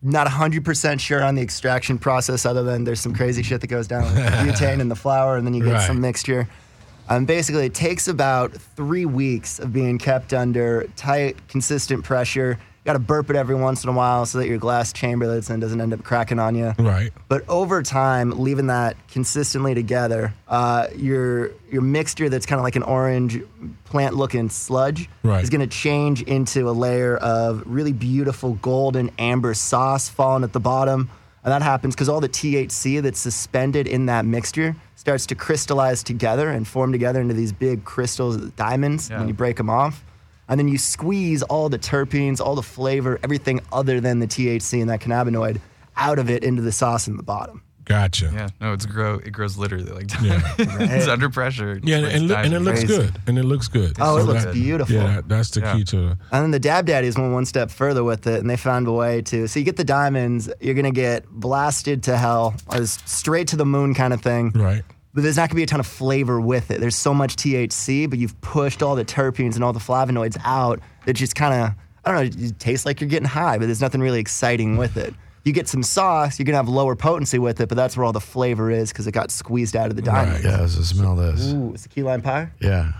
Speaker 4: not 100% sure on the extraction process other than there's some crazy shit that goes down with butane in the flour and then you get
Speaker 2: Right.
Speaker 4: some mixture. Um, basically, it takes about three weeks of being kept under tight, consistent pressure. You got to burp it every once in a while so that your glass chamber that it's in doesn't end up cracking on you.
Speaker 2: Right.
Speaker 4: But over time, leaving that consistently together, uh, your your mixture that's kind of like an orange plant-looking sludge
Speaker 2: Right.
Speaker 4: is going to change into a layer of really beautiful golden amber sauce falling at the bottom, and that happens because all the THC that's suspended in that mixture starts to crystallize together and form together into these big crystals, diamonds.
Speaker 3: Yeah.
Speaker 4: When you break them off. And then you squeeze all the terpenes, all the flavor, everything other than the THC and that cannabinoid out of it into the sauce in the bottom.
Speaker 2: Gotcha.
Speaker 3: Yeah. No, it's grow. It grows literally like diamonds. it's under pressure.
Speaker 2: Yeah, and,
Speaker 3: It's
Speaker 2: and, loo- and it
Speaker 3: diamonds.
Speaker 2: looks
Speaker 4: Crazy.
Speaker 2: good. And it looks good.
Speaker 4: Oh, it looks
Speaker 2: that-
Speaker 4: beautiful.
Speaker 2: Yeah, that, that's the
Speaker 3: Yeah.
Speaker 2: key to it.
Speaker 4: And then the Dab Daddies went one step further with it, and they found a way to. So you get the diamonds, you're gonna get blasted to hell, or straight to the moon kind of thing.
Speaker 2: Right.
Speaker 4: But there's not gonna be a ton of flavor with it. There's so much THC, but you've pushed all the terpenes and all the flavonoids out. It just kind of, I don't know, it tastes like you're getting high, but there's nothing really exciting with it. You get some sauce, you're gonna have lower potency with it, but that's where all the flavor is because it got squeezed out of the diamond.
Speaker 1: Yeah, so smell this.
Speaker 4: Ooh, it's a key lime pie.
Speaker 1: Yeah.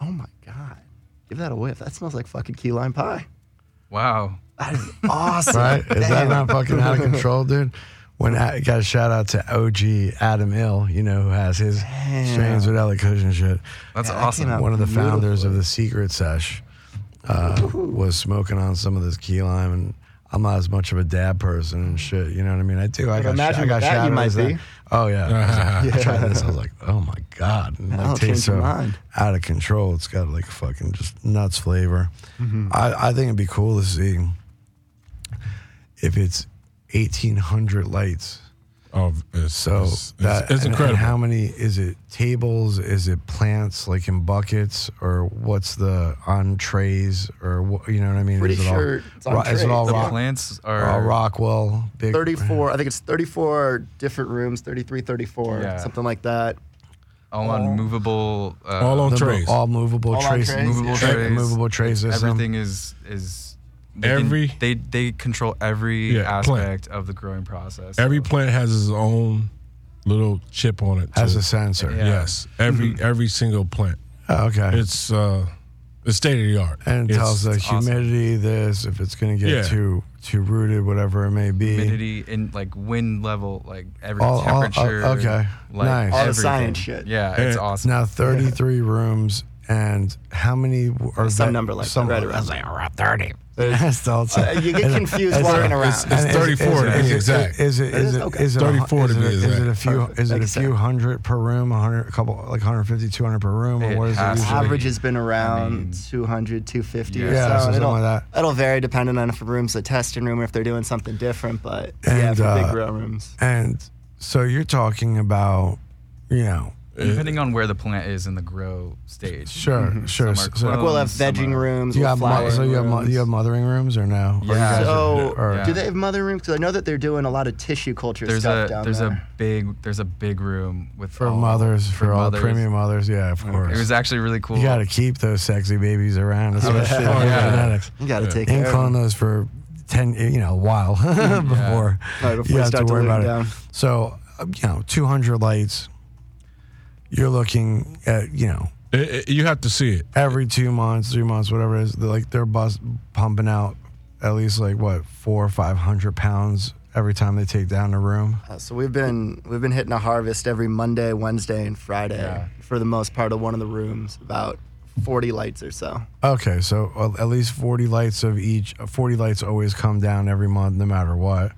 Speaker 4: Oh my god, give that a whiff. That smells like fucking key lime pie.
Speaker 3: Wow.
Speaker 4: That is awesome.
Speaker 1: Right? Is that
Speaker 4: Damn.
Speaker 1: not fucking out of control, dude? When I got a shout out to OG Adam Ill, you know, who has his strains with Ellie Cushion shit.
Speaker 3: That's
Speaker 4: Yeah, that
Speaker 3: awesome.
Speaker 4: came out-
Speaker 1: One of the
Speaker 4: Beautiful.
Speaker 1: founders of the Secret Sesh uh, was smoking on some of this key lime, and I'm not as much of a dab person and shit. You know what I mean? I do. I
Speaker 4: But
Speaker 1: got,
Speaker 4: imagine
Speaker 1: I got
Speaker 4: with that,
Speaker 1: shout
Speaker 4: you
Speaker 1: out
Speaker 4: might
Speaker 1: as that.
Speaker 4: be.
Speaker 1: Oh yeah. I, was like, I tried this. I was like, oh my god, and
Speaker 4: That'll
Speaker 1: like tastes
Speaker 4: change your
Speaker 1: so
Speaker 4: mind.
Speaker 1: out of control. It's got like fucking just nuts flavor.
Speaker 4: Mm-hmm.
Speaker 1: I, I think it'd be cool to see if it's 1,800 lights.
Speaker 2: Oh, it's,
Speaker 1: So
Speaker 2: it's,
Speaker 1: that, and-
Speaker 2: it's, it's
Speaker 1: and
Speaker 2: incredible.
Speaker 1: how many is it? Tables? Is it plants like in buckets, or what's the on trays, or what, you know what I mean?
Speaker 4: Pretty
Speaker 1: is it
Speaker 4: sure
Speaker 1: all,
Speaker 4: it's on
Speaker 1: ro- Is it
Speaker 4: trays.
Speaker 1: all,
Speaker 3: The
Speaker 1: rock,
Speaker 3: plants
Speaker 1: all
Speaker 3: are
Speaker 1: Rockwell? Big
Speaker 4: 34, I think it's 34 different rooms, 33, 34,
Speaker 3: Yeah.
Speaker 4: something like that.
Speaker 3: all on movable. Uh,
Speaker 2: All on
Speaker 1: the mo-
Speaker 2: trays.
Speaker 1: all movable
Speaker 4: All on
Speaker 1: trays,
Speaker 4: trays,
Speaker 3: Movable yeah.
Speaker 1: tra-
Speaker 3: trays.
Speaker 1: movable tray system.
Speaker 3: everything is is. They
Speaker 2: um, Every-
Speaker 3: can, they they control every
Speaker 2: Yeah, plant.
Speaker 3: aspect of the growing process.
Speaker 2: every
Speaker 3: So-
Speaker 2: plant has its own little chip on it.
Speaker 1: has Mm-hmm.
Speaker 2: too.
Speaker 1: a sensor.
Speaker 3: Yeah.
Speaker 2: Yes. Every every single plant.
Speaker 1: Oh, okay.
Speaker 2: It's uh it's state of the art.
Speaker 1: and it
Speaker 2: it's,
Speaker 1: tells the
Speaker 3: it's awesome.
Speaker 1: humidity, this if it's going to get
Speaker 2: Yeah.
Speaker 1: too too rooted, whatever it may be.
Speaker 3: humidity and like wind level, like every
Speaker 1: All- all- all-
Speaker 3: temperature.
Speaker 1: okay.
Speaker 3: like,
Speaker 1: Nice. All
Speaker 4: the
Speaker 3: everything.
Speaker 4: science shit.
Speaker 3: Yeah,
Speaker 2: Yeah.
Speaker 3: it's awesome.
Speaker 1: Now 33 rooms, and how many w- are
Speaker 4: Some
Speaker 1: vet-
Speaker 4: number like
Speaker 1: some-
Speaker 4: that, right around.
Speaker 5: around 30.
Speaker 1: That's also.
Speaker 4: Uh, you get confused walking around.
Speaker 2: it's-
Speaker 1: And is-
Speaker 2: 34
Speaker 1: is-
Speaker 2: to be
Speaker 1: is-
Speaker 2: exact.
Speaker 1: Is it is it
Speaker 4: Okay.
Speaker 1: is it a hun-
Speaker 2: 34 to
Speaker 1: is it-
Speaker 2: be
Speaker 1: Is it a
Speaker 2: exact.
Speaker 1: few
Speaker 4: Perfect.
Speaker 1: is it a
Speaker 4: Makes
Speaker 1: few
Speaker 4: sense.
Speaker 1: hundred per room, a hundred a couple like 150 200 per room or
Speaker 3: It
Speaker 1: what is it
Speaker 3: has to
Speaker 1: usually?
Speaker 4: Average has been around
Speaker 3: mean-
Speaker 4: 200, 250 or
Speaker 1: Yeah,
Speaker 4: so. and
Speaker 1: something
Speaker 4: it'll,
Speaker 1: like that.
Speaker 4: will vary depending on if a room's a testing room or if they're doing something different. But yeah,
Speaker 1: And,
Speaker 4: for
Speaker 1: uh,
Speaker 4: big grow rooms.
Speaker 1: And so you're talking about you know
Speaker 3: Depending on where the plant is in the grow stage.
Speaker 1: uh, sure sure
Speaker 3: Some are
Speaker 1: so-
Speaker 4: Mm-hmm. Like we'll have
Speaker 3: some
Speaker 4: vegging
Speaker 3: are-
Speaker 4: rooms,
Speaker 1: you
Speaker 4: we'll
Speaker 1: have mo-
Speaker 4: flower
Speaker 1: so you have mo-
Speaker 4: rooms.
Speaker 1: you have mothering rooms or no? Or you
Speaker 3: Yeah.
Speaker 1: guys are-
Speaker 4: so,
Speaker 1: or-
Speaker 3: yeah.
Speaker 4: do they have mother rooms? Because I know that they're doing a lot of tissue culture
Speaker 3: There's
Speaker 4: stuff
Speaker 3: a
Speaker 4: down
Speaker 3: there's
Speaker 4: there.
Speaker 3: a big there's a big room with
Speaker 1: for
Speaker 3: all-
Speaker 1: mothers for, all
Speaker 3: mothers.
Speaker 1: premium mothers, yeah, of course.
Speaker 3: It was actually really cool.
Speaker 1: you got to keep those sexy babies around, especially
Speaker 2: Oh,
Speaker 1: with
Speaker 3: yeah.
Speaker 1: genetics.
Speaker 4: you got to take
Speaker 1: and
Speaker 4: care
Speaker 1: clone
Speaker 4: of
Speaker 1: those for 10 you know a while before,
Speaker 4: Right, before
Speaker 1: you
Speaker 4: you
Speaker 1: have to
Speaker 4: start to
Speaker 1: worry
Speaker 4: lose
Speaker 1: about
Speaker 4: down.
Speaker 1: it so uh, you know 200 lights you're looking at you know
Speaker 2: It- it- you have to see it.
Speaker 1: every two months three months whatever it is they're like they're bus- pumping out at least like what four or five hundred pounds every time they take down a room
Speaker 4: Uh, so we've been we've been hitting a harvest every Monday, Wednesday, and Friday
Speaker 3: Yeah.
Speaker 4: for the most part of one of the rooms, about forty lights or so.
Speaker 1: okay so uh, at least 40 lights of each 40 lights always come down every month no matter what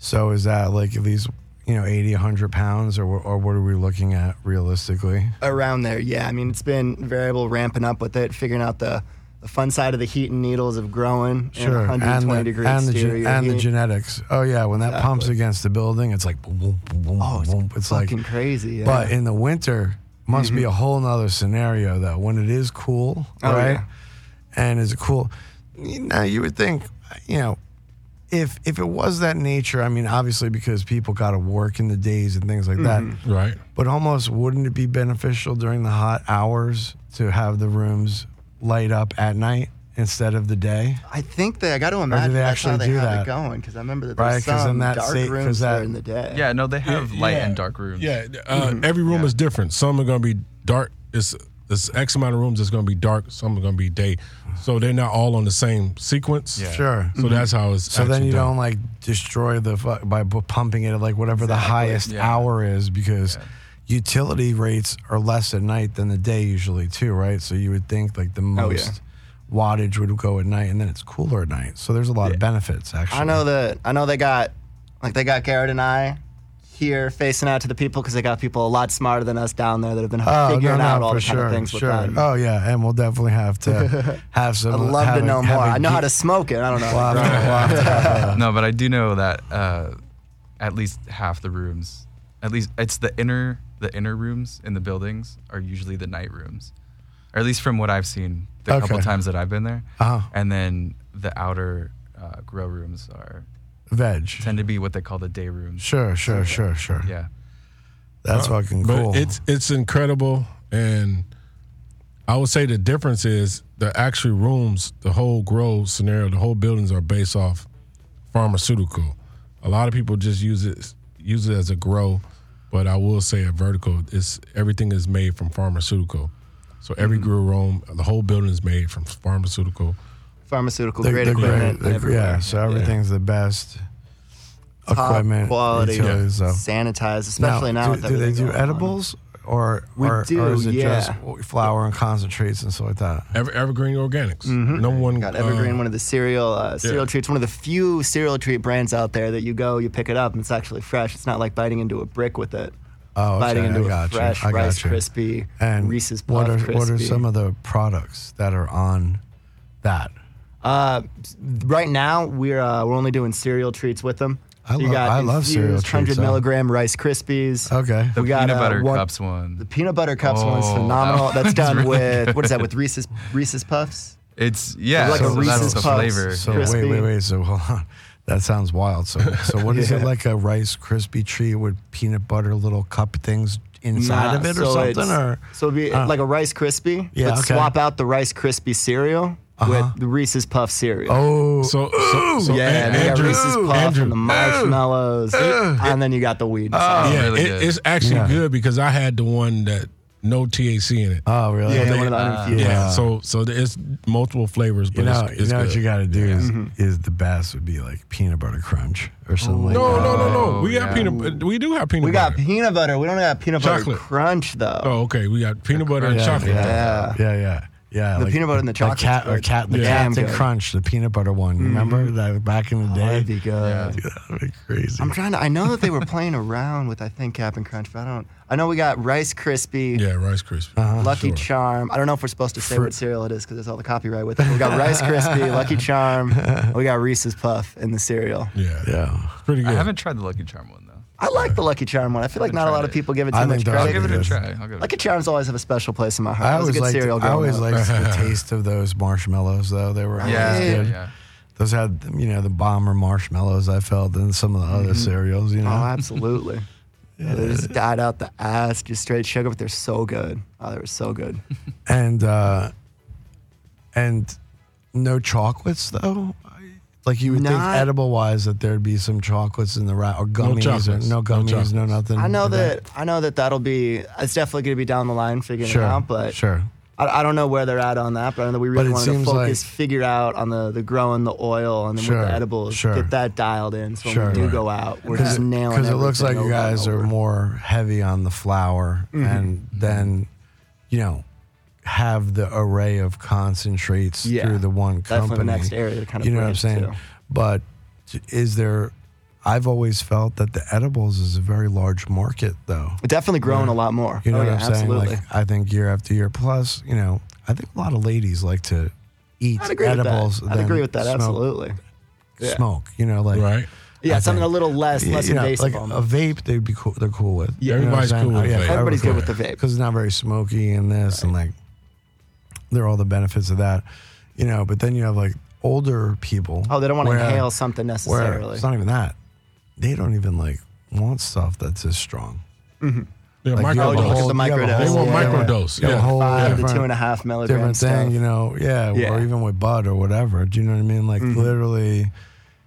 Speaker 1: so is that like at least you know 80 100 pounds or, wh- or what are we looking at realistically
Speaker 4: Around there, yeah. I mean, it's been variable, ramping up with it, figuring out the, the fun side of the heat and needles of growing in
Speaker 1: Sure,
Speaker 4: 120
Speaker 1: the,
Speaker 4: degree
Speaker 1: and, the,
Speaker 4: exterior
Speaker 1: gen- and the
Speaker 4: heat.
Speaker 1: genetics. Oh yeah, when that pumps against the building, it's like boom, boom, boom,
Speaker 4: oh, it's,
Speaker 1: boom. It's like,
Speaker 4: fucking crazy. Yeah. Mm-hmm.
Speaker 1: but in the winter, must be a whole nother scenario though when it is cool
Speaker 4: Oh,
Speaker 1: right
Speaker 4: yeah.
Speaker 1: and is it cool now you would think you know if if it was that nature i mean obviously because people got to work in the days and things like
Speaker 4: Mm-hmm.
Speaker 1: that
Speaker 2: Right.
Speaker 1: but almost wouldn't it be beneficial during the hot hours to have the rooms light up at night instead of the day
Speaker 4: I think they. I got to imagine
Speaker 1: they
Speaker 4: that's how
Speaker 1: actually
Speaker 4: they
Speaker 1: do
Speaker 4: have
Speaker 1: that?
Speaker 4: it going because I remember that
Speaker 1: Right,
Speaker 4: there's
Speaker 1: 'cause
Speaker 4: some
Speaker 1: in that
Speaker 4: dark
Speaker 1: state- 'cause
Speaker 4: rooms
Speaker 1: that-
Speaker 4: during the day.
Speaker 3: Yeah, no, they have light
Speaker 2: Yeah.
Speaker 3: and dark rooms.
Speaker 2: Yeah, uh,
Speaker 1: Mm-hmm.
Speaker 2: every room is different. Some are going to be dark. It's it's X amount of rooms that's going to be dark. Some are going to be day. So they're not all on the same sequence.
Speaker 3: Yeah.
Speaker 1: sure Mm-hmm.
Speaker 2: So that's how it's.
Speaker 1: So then
Speaker 2: actually
Speaker 1: you
Speaker 2: done.
Speaker 1: don't like destroy the fu- by bu- pumping it at like whatever the highest
Speaker 3: yeah.
Speaker 1: hour is because utility rates are less at night than the day usually too, right? So you would think like the
Speaker 4: Oh, yeah.
Speaker 1: most wattage would go at night and then it's cooler at night. So there's a lot of benefits actually.
Speaker 4: I know that. I know they got, like they got Garrett and I here facing out to the people because they got people a lot smarter than us down there that have been
Speaker 1: Oh, no,
Speaker 4: figuring
Speaker 1: no,
Speaker 4: out all
Speaker 1: for
Speaker 4: the kind
Speaker 1: sure,
Speaker 4: of things
Speaker 1: sure.
Speaker 4: with them.
Speaker 1: Oh yeah, and we'll definitely have to have some.
Speaker 4: I'd love
Speaker 1: have
Speaker 4: to
Speaker 1: a-
Speaker 4: know
Speaker 1: have
Speaker 4: more.
Speaker 1: a
Speaker 4: I know how
Speaker 1: deep-
Speaker 4: to smoke it. I don't know.
Speaker 1: We'll have to- we'll have to have
Speaker 4: Uh,
Speaker 1: a-
Speaker 3: No, but I do know that uh, at least half the rooms, at least it's the inner the inner rooms in the buildings are usually the night rooms, or at least from what I've seen the couple
Speaker 1: Okay.
Speaker 3: times that I've been there.
Speaker 1: Uh-huh.
Speaker 3: And then the outer uh, grow rooms are
Speaker 1: veg.
Speaker 3: tend to be what they call the day rooms.
Speaker 1: Sure, sure, sure, sure.
Speaker 3: Yeah,
Speaker 1: That's fucking
Speaker 2: but
Speaker 1: cool.
Speaker 2: it's it's incredible and i would say the difference is the actual rooms the whole grow scenario the whole buildings are based off pharmaceutical a lot of people just use it use it as a grow but i will say a vertical it's everything is made from pharmaceutical so every grow room the whole building is made from pharmaceutical
Speaker 4: Pharmaceutical
Speaker 1: The-
Speaker 4: grade
Speaker 1: the
Speaker 4: equipment.
Speaker 1: great- the-
Speaker 4: everywhere.
Speaker 1: yeah, so everything's the best equipment
Speaker 4: quality.
Speaker 1: utilities, so.
Speaker 4: sanitized, especially now.
Speaker 1: do,
Speaker 4: with
Speaker 1: do they
Speaker 4: everything
Speaker 1: do
Speaker 4: going on.
Speaker 1: edibles or
Speaker 4: We
Speaker 1: or,
Speaker 4: do,
Speaker 1: or is it
Speaker 4: yeah.
Speaker 1: just flour and concentrates and stuff like that?
Speaker 2: Ever, evergreen organics number one
Speaker 4: Mm-hmm. Got
Speaker 2: uh,
Speaker 4: Evergreen, one of the cereal uh, cereal
Speaker 2: yeah.
Speaker 4: treats, one of the few cereal treat brands out there that you go, you pick it up, and it's actually fresh. It's not like biting into a brick with it.
Speaker 1: Oh, okay,
Speaker 4: biting into
Speaker 1: I
Speaker 4: a
Speaker 1: got you.
Speaker 4: fresh
Speaker 1: I got
Speaker 4: Rice
Speaker 1: you.
Speaker 4: Krispie
Speaker 1: And
Speaker 4: Reese's Puff
Speaker 1: what are
Speaker 4: Krispie.
Speaker 1: what are some of the products that are on that?
Speaker 4: Uh, s- right now we're uh, we're only doing cereal treats with them.
Speaker 1: I
Speaker 4: you
Speaker 1: love-
Speaker 4: got
Speaker 1: I love cereal
Speaker 4: infused
Speaker 1: treats,
Speaker 4: 100
Speaker 1: though.
Speaker 4: milligram Rice Krispies.
Speaker 1: Okay,
Speaker 3: the
Speaker 4: We got,
Speaker 3: peanut
Speaker 4: uh,
Speaker 3: butter
Speaker 4: one-
Speaker 3: cups one.
Speaker 4: The peanut butter cups one's
Speaker 3: Oh, that
Speaker 4: phenomenal.
Speaker 3: one
Speaker 4: That's
Speaker 3: is
Speaker 4: done
Speaker 3: really
Speaker 4: with what is that
Speaker 3: good.
Speaker 4: with Reese's Reese's Puffs?
Speaker 3: it's yeah,
Speaker 4: Like a
Speaker 3: so
Speaker 4: Reese's
Speaker 3: that's the
Speaker 4: Puffs.
Speaker 3: flavor.
Speaker 1: so
Speaker 3: yeah.
Speaker 1: wait,
Speaker 4: Crispy.
Speaker 1: wait, wait. So hold on, that sounds wild. So so what is it
Speaker 4: Yeah.
Speaker 1: like a rice crispy treat with peanut butter little cup things inside
Speaker 4: Nah,
Speaker 1: of it or
Speaker 4: so
Speaker 1: something?
Speaker 4: it's-
Speaker 1: Or
Speaker 4: so it'd be
Speaker 1: uh,
Speaker 4: like a Rice Krispie.
Speaker 1: Yeah,
Speaker 4: but
Speaker 1: okay.
Speaker 4: swap out the Rice Krispie cereal
Speaker 1: Uh-huh.
Speaker 4: with the Reese's Puff cereal.
Speaker 1: oh,
Speaker 2: so, so, so
Speaker 4: yeah,
Speaker 2: An-
Speaker 4: they got
Speaker 2: Andrew,
Speaker 4: Reese's Puff
Speaker 2: Andrew,
Speaker 4: and the marshmallows, and then you got the weed.
Speaker 3: Oh,
Speaker 2: yeah,
Speaker 3: really
Speaker 2: it-
Speaker 3: good.
Speaker 2: it's actually
Speaker 1: Yeah.
Speaker 2: good because I had the one that no THC in it.
Speaker 1: oh, really?
Speaker 4: yeah, one of the unfused.
Speaker 2: yeah.
Speaker 1: yeah.
Speaker 2: so so there- it's multiple flavors,
Speaker 1: You
Speaker 2: but
Speaker 1: know,
Speaker 2: it's,
Speaker 1: you
Speaker 2: it's
Speaker 1: know
Speaker 2: good.
Speaker 1: what you got to do is,
Speaker 4: Mm-hmm.
Speaker 1: is the best would be like peanut butter crunch or something like
Speaker 2: no,
Speaker 1: that.
Speaker 2: no, no, no.
Speaker 3: Oh,
Speaker 2: We got
Speaker 3: yeah.
Speaker 2: peanut. We do have peanut.
Speaker 4: We got
Speaker 2: butter.
Speaker 4: peanut butter. We don't have peanut butter
Speaker 2: Chocolate.
Speaker 4: crunch though.
Speaker 2: Oh, okay. We got peanut butter and
Speaker 1: Yeah,
Speaker 2: chocolate.
Speaker 1: yeah.
Speaker 4: Yeah.
Speaker 1: Yeah, yeah, yeah.
Speaker 4: The peanut butter and the chocolate's
Speaker 1: cat or
Speaker 4: good.
Speaker 1: cat, the
Speaker 4: Yeah.
Speaker 1: Captain
Speaker 4: Damn good. Mm-hmm.
Speaker 1: Crunch, the peanut butter one. You Remember that back in the
Speaker 4: Oh,
Speaker 1: day?
Speaker 4: that'd be good.
Speaker 3: Yeah.
Speaker 1: Dude, that'd be crazy.
Speaker 4: I'm trying to. I know that they were playing around with I think Cap'n Crunch, but I don't. I know we got Rice Krispie,
Speaker 2: Yeah, Rice Krispies.
Speaker 1: Uh-huh. Oh,
Speaker 4: Lucky
Speaker 2: sure.
Speaker 4: Charm. I don't know if we're supposed to say
Speaker 1: Fruit-
Speaker 4: what cereal it is because there's all the copyright with it. We got Rice Krispie, Lucky Charm. and We got Reese's Puff in the cereal.
Speaker 2: Yeah,
Speaker 1: yeah,
Speaker 2: pretty
Speaker 3: I
Speaker 2: good.
Speaker 3: haven't tried the Lucky Charm one though.
Speaker 4: I like the Lucky Charm one. I feel like not a
Speaker 3: tried
Speaker 4: lot of
Speaker 3: it.
Speaker 4: people give it too
Speaker 1: I
Speaker 4: much
Speaker 1: think they're
Speaker 3: I'll
Speaker 1: all
Speaker 4: credit.
Speaker 3: give it a
Speaker 1: Yes.
Speaker 3: try. I'll give it.
Speaker 4: Lucky Charms always have a special place in my heart.
Speaker 1: I
Speaker 4: That was a
Speaker 1: always
Speaker 4: good
Speaker 1: liked.
Speaker 4: cereal.
Speaker 1: I
Speaker 4: growing
Speaker 1: always
Speaker 4: up.
Speaker 1: liked the taste of those marshmallows though. They were
Speaker 3: a
Speaker 1: always
Speaker 3: yeah, yeah,
Speaker 1: good.
Speaker 3: yeah.
Speaker 1: Those had you know the bomber marshmallows. I felt and some of the other cereals. You know,
Speaker 4: Oh, absolutely. Yeah, they just died out the ass, just straight sugar, but they're so good. Oh, they were so good.
Speaker 1: and uh and no chocolates though. I- Like you would
Speaker 4: Not-
Speaker 1: think edible wise that there'd be some chocolates in the rat or gummies
Speaker 2: chocolates.
Speaker 1: or no
Speaker 2: No
Speaker 1: gummies,
Speaker 2: chocolates.
Speaker 1: no, nothing.
Speaker 4: I know
Speaker 1: like
Speaker 4: that I know that that'll be it's definitely going to be down the line figuring
Speaker 1: Sure,
Speaker 4: it out, but
Speaker 1: sure.
Speaker 4: I, I don't know where they're at on that. But I know that we really
Speaker 1: it
Speaker 4: want to
Speaker 1: seems
Speaker 4: focus,
Speaker 1: like-
Speaker 4: figure out on the the growing, the oil, and then
Speaker 1: Sure,
Speaker 4: with the edibles,
Speaker 1: sure.
Speaker 4: get that dialed in. So
Speaker 1: Sure.
Speaker 4: when we do
Speaker 1: Right.
Speaker 4: go out, we're just nailing.
Speaker 1: Because it looks like
Speaker 4: everything
Speaker 1: you
Speaker 4: over and
Speaker 1: guys are
Speaker 4: over.
Speaker 1: more heavy on the flour, and then you know have the array of concentrates
Speaker 4: Yeah.
Speaker 1: through the one
Speaker 4: Definitely
Speaker 1: company.
Speaker 4: the next area to kind of
Speaker 1: you know what I'm
Speaker 4: branch
Speaker 1: saying.
Speaker 4: to.
Speaker 1: But is there? I've always felt that the edibles is a very large market, though.
Speaker 4: definitely growing a lot more.
Speaker 1: You know
Speaker 4: oh, yeah,
Speaker 1: what I'm
Speaker 4: absolutely.
Speaker 1: saying? Like, I think year after year. Plus, you know, I think a lot of ladies like to eat
Speaker 4: I'd agree
Speaker 1: edibles.
Speaker 4: with that. I'd
Speaker 1: than
Speaker 4: agree with that.
Speaker 1: smoke-
Speaker 4: Absolutely. Yeah.
Speaker 1: Smoke. You know, like
Speaker 2: right.
Speaker 4: Yeah,
Speaker 1: I
Speaker 4: something
Speaker 1: think.
Speaker 4: a little less
Speaker 1: Y-
Speaker 4: less
Speaker 1: you know,
Speaker 4: invasive.
Speaker 1: like
Speaker 4: almost.
Speaker 1: a vape, they'd be cool. They're cool with.
Speaker 4: Yeah.
Speaker 2: Everybody's cool with vape.
Speaker 4: Everybody's good with the vape.
Speaker 1: because it's not very smoky and this and like there are all the benefits of that, you know. But then you have like older people.
Speaker 4: Oh, they don't want to
Speaker 1: where-
Speaker 4: inhale something
Speaker 1: where
Speaker 4: necessarily.
Speaker 1: It's not even that. They don't even like want stuff that's this strong.
Speaker 2: They're
Speaker 1: Like, you have a
Speaker 4: microdose.
Speaker 1: whole-
Speaker 4: The
Speaker 1: you have a
Speaker 4: microdose.
Speaker 1: whole-
Speaker 4: They want
Speaker 1: yeah, yeah.
Speaker 2: microdose,
Speaker 1: You have a
Speaker 2: yeah.
Speaker 1: whole
Speaker 4: Five to
Speaker 1: different-
Speaker 4: two and a half milligram
Speaker 1: different
Speaker 4: stuff.
Speaker 1: thing, you know. Yeah,
Speaker 4: Yeah. Mm-hmm.
Speaker 1: or even with bud or whatever. Do you know what I mean? Like literally,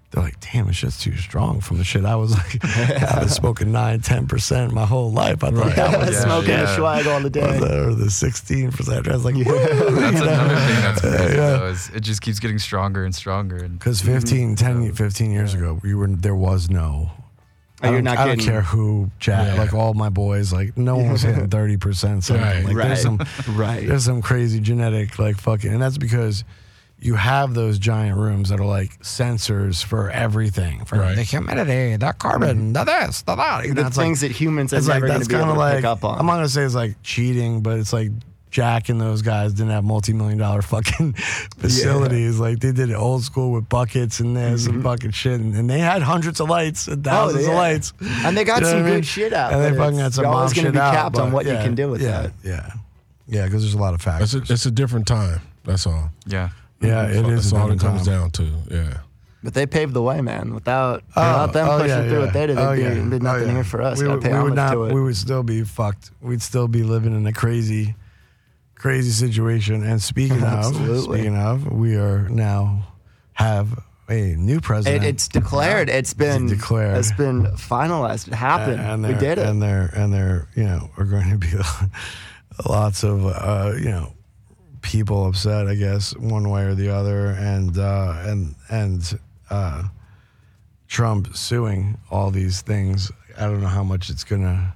Speaker 1: they're like, "Damn, it's just too strong." From the shit I was like, I've been smoking nine, ten percent my whole life. I thought that was
Speaker 3: Yeah,
Speaker 4: Smoking
Speaker 3: yeah.
Speaker 4: a swag all the
Speaker 1: or
Speaker 4: day.
Speaker 1: the- or the sixteen percent. I was like, "Woo!"
Speaker 3: That's another thing that's crazy
Speaker 1: yeah.
Speaker 3: though. Is it just keeps getting stronger and stronger and
Speaker 1: Because 15,
Speaker 4: Mm-hmm.
Speaker 1: 10, 15 years ago, you were there was no.
Speaker 4: Oh,
Speaker 1: I
Speaker 4: you're
Speaker 1: don't,
Speaker 4: not
Speaker 1: I don't
Speaker 4: kidding.
Speaker 1: care who Jack,
Speaker 2: Yeah.
Speaker 1: like all my boys, like no one was hitting thirty percent. Something
Speaker 2: Right.
Speaker 1: like there's some
Speaker 4: Right. Right.
Speaker 1: there's some crazy genetic like fucking, and that's because you have those giant rooms that are like sensors for everything, for
Speaker 2: Right.
Speaker 1: the humidity, the carbon, the this, the that. You know,
Speaker 4: The
Speaker 1: it's like-
Speaker 4: things that humans are
Speaker 1: it's like
Speaker 4: never going
Speaker 1: that's
Speaker 4: to be
Speaker 1: kind
Speaker 4: able
Speaker 1: of
Speaker 4: to
Speaker 1: like
Speaker 4: pick up on.
Speaker 1: I'm not gonna say it's like cheating, but it's like Jack and those guys didn't have multi-million dollar fucking facilities. Like they did it old school with buckets and this and bucket shit, and, and they had hundreds of lights and thousands
Speaker 4: Mm-hmm. Oh, yeah.
Speaker 1: of lights,
Speaker 4: And they got
Speaker 1: You know
Speaker 4: some
Speaker 1: what I
Speaker 4: good
Speaker 1: mean?
Speaker 4: shit out,
Speaker 1: And they
Speaker 4: but
Speaker 1: fucking
Speaker 4: it's-
Speaker 1: had some
Speaker 4: you're always
Speaker 1: bomb
Speaker 4: gonna
Speaker 1: shit
Speaker 4: be
Speaker 1: out,
Speaker 4: capped on
Speaker 1: but
Speaker 4: what you
Speaker 1: yeah,
Speaker 4: can do with
Speaker 1: yeah,
Speaker 4: that.
Speaker 1: Yeah, yeah, because there's a lot of
Speaker 2: It's
Speaker 1: factors.
Speaker 2: a, it's a different time. That's all.
Speaker 3: yeah.
Speaker 1: yeah, it
Speaker 2: That's
Speaker 1: is
Speaker 2: all it
Speaker 1: another
Speaker 2: comes
Speaker 1: time.
Speaker 2: down to. Yeah.
Speaker 4: But they paved the way, man. Without
Speaker 1: Oh,
Speaker 4: without them
Speaker 1: oh,
Speaker 4: pushing
Speaker 1: yeah,
Speaker 4: through
Speaker 1: yeah.
Speaker 4: what they did, there'd
Speaker 1: Oh,
Speaker 4: be,
Speaker 1: yeah.
Speaker 4: there'd be
Speaker 1: Oh,
Speaker 4: nothing
Speaker 1: yeah.
Speaker 4: here for us.
Speaker 1: We
Speaker 4: Gotta
Speaker 1: would,
Speaker 4: pay
Speaker 1: we would
Speaker 4: homage
Speaker 1: not.
Speaker 4: to it.
Speaker 1: We would still be fucked. We'd still be living in a crazy, crazy situation. And speaking of,
Speaker 4: Absolutely.
Speaker 1: speaking of, we are now have a new
Speaker 4: It,
Speaker 1: president.
Speaker 4: it's declared. It's been
Speaker 1: declared.
Speaker 4: It's been finalized. It happened.
Speaker 1: and
Speaker 4: we
Speaker 1: there-
Speaker 4: did it.
Speaker 1: And there, and there, you know, are going to be lots of, uh, you know, people upset, I guess, one way or the other, and uh, and and uh, Trump suing all these things. I don't know how much it's gonna,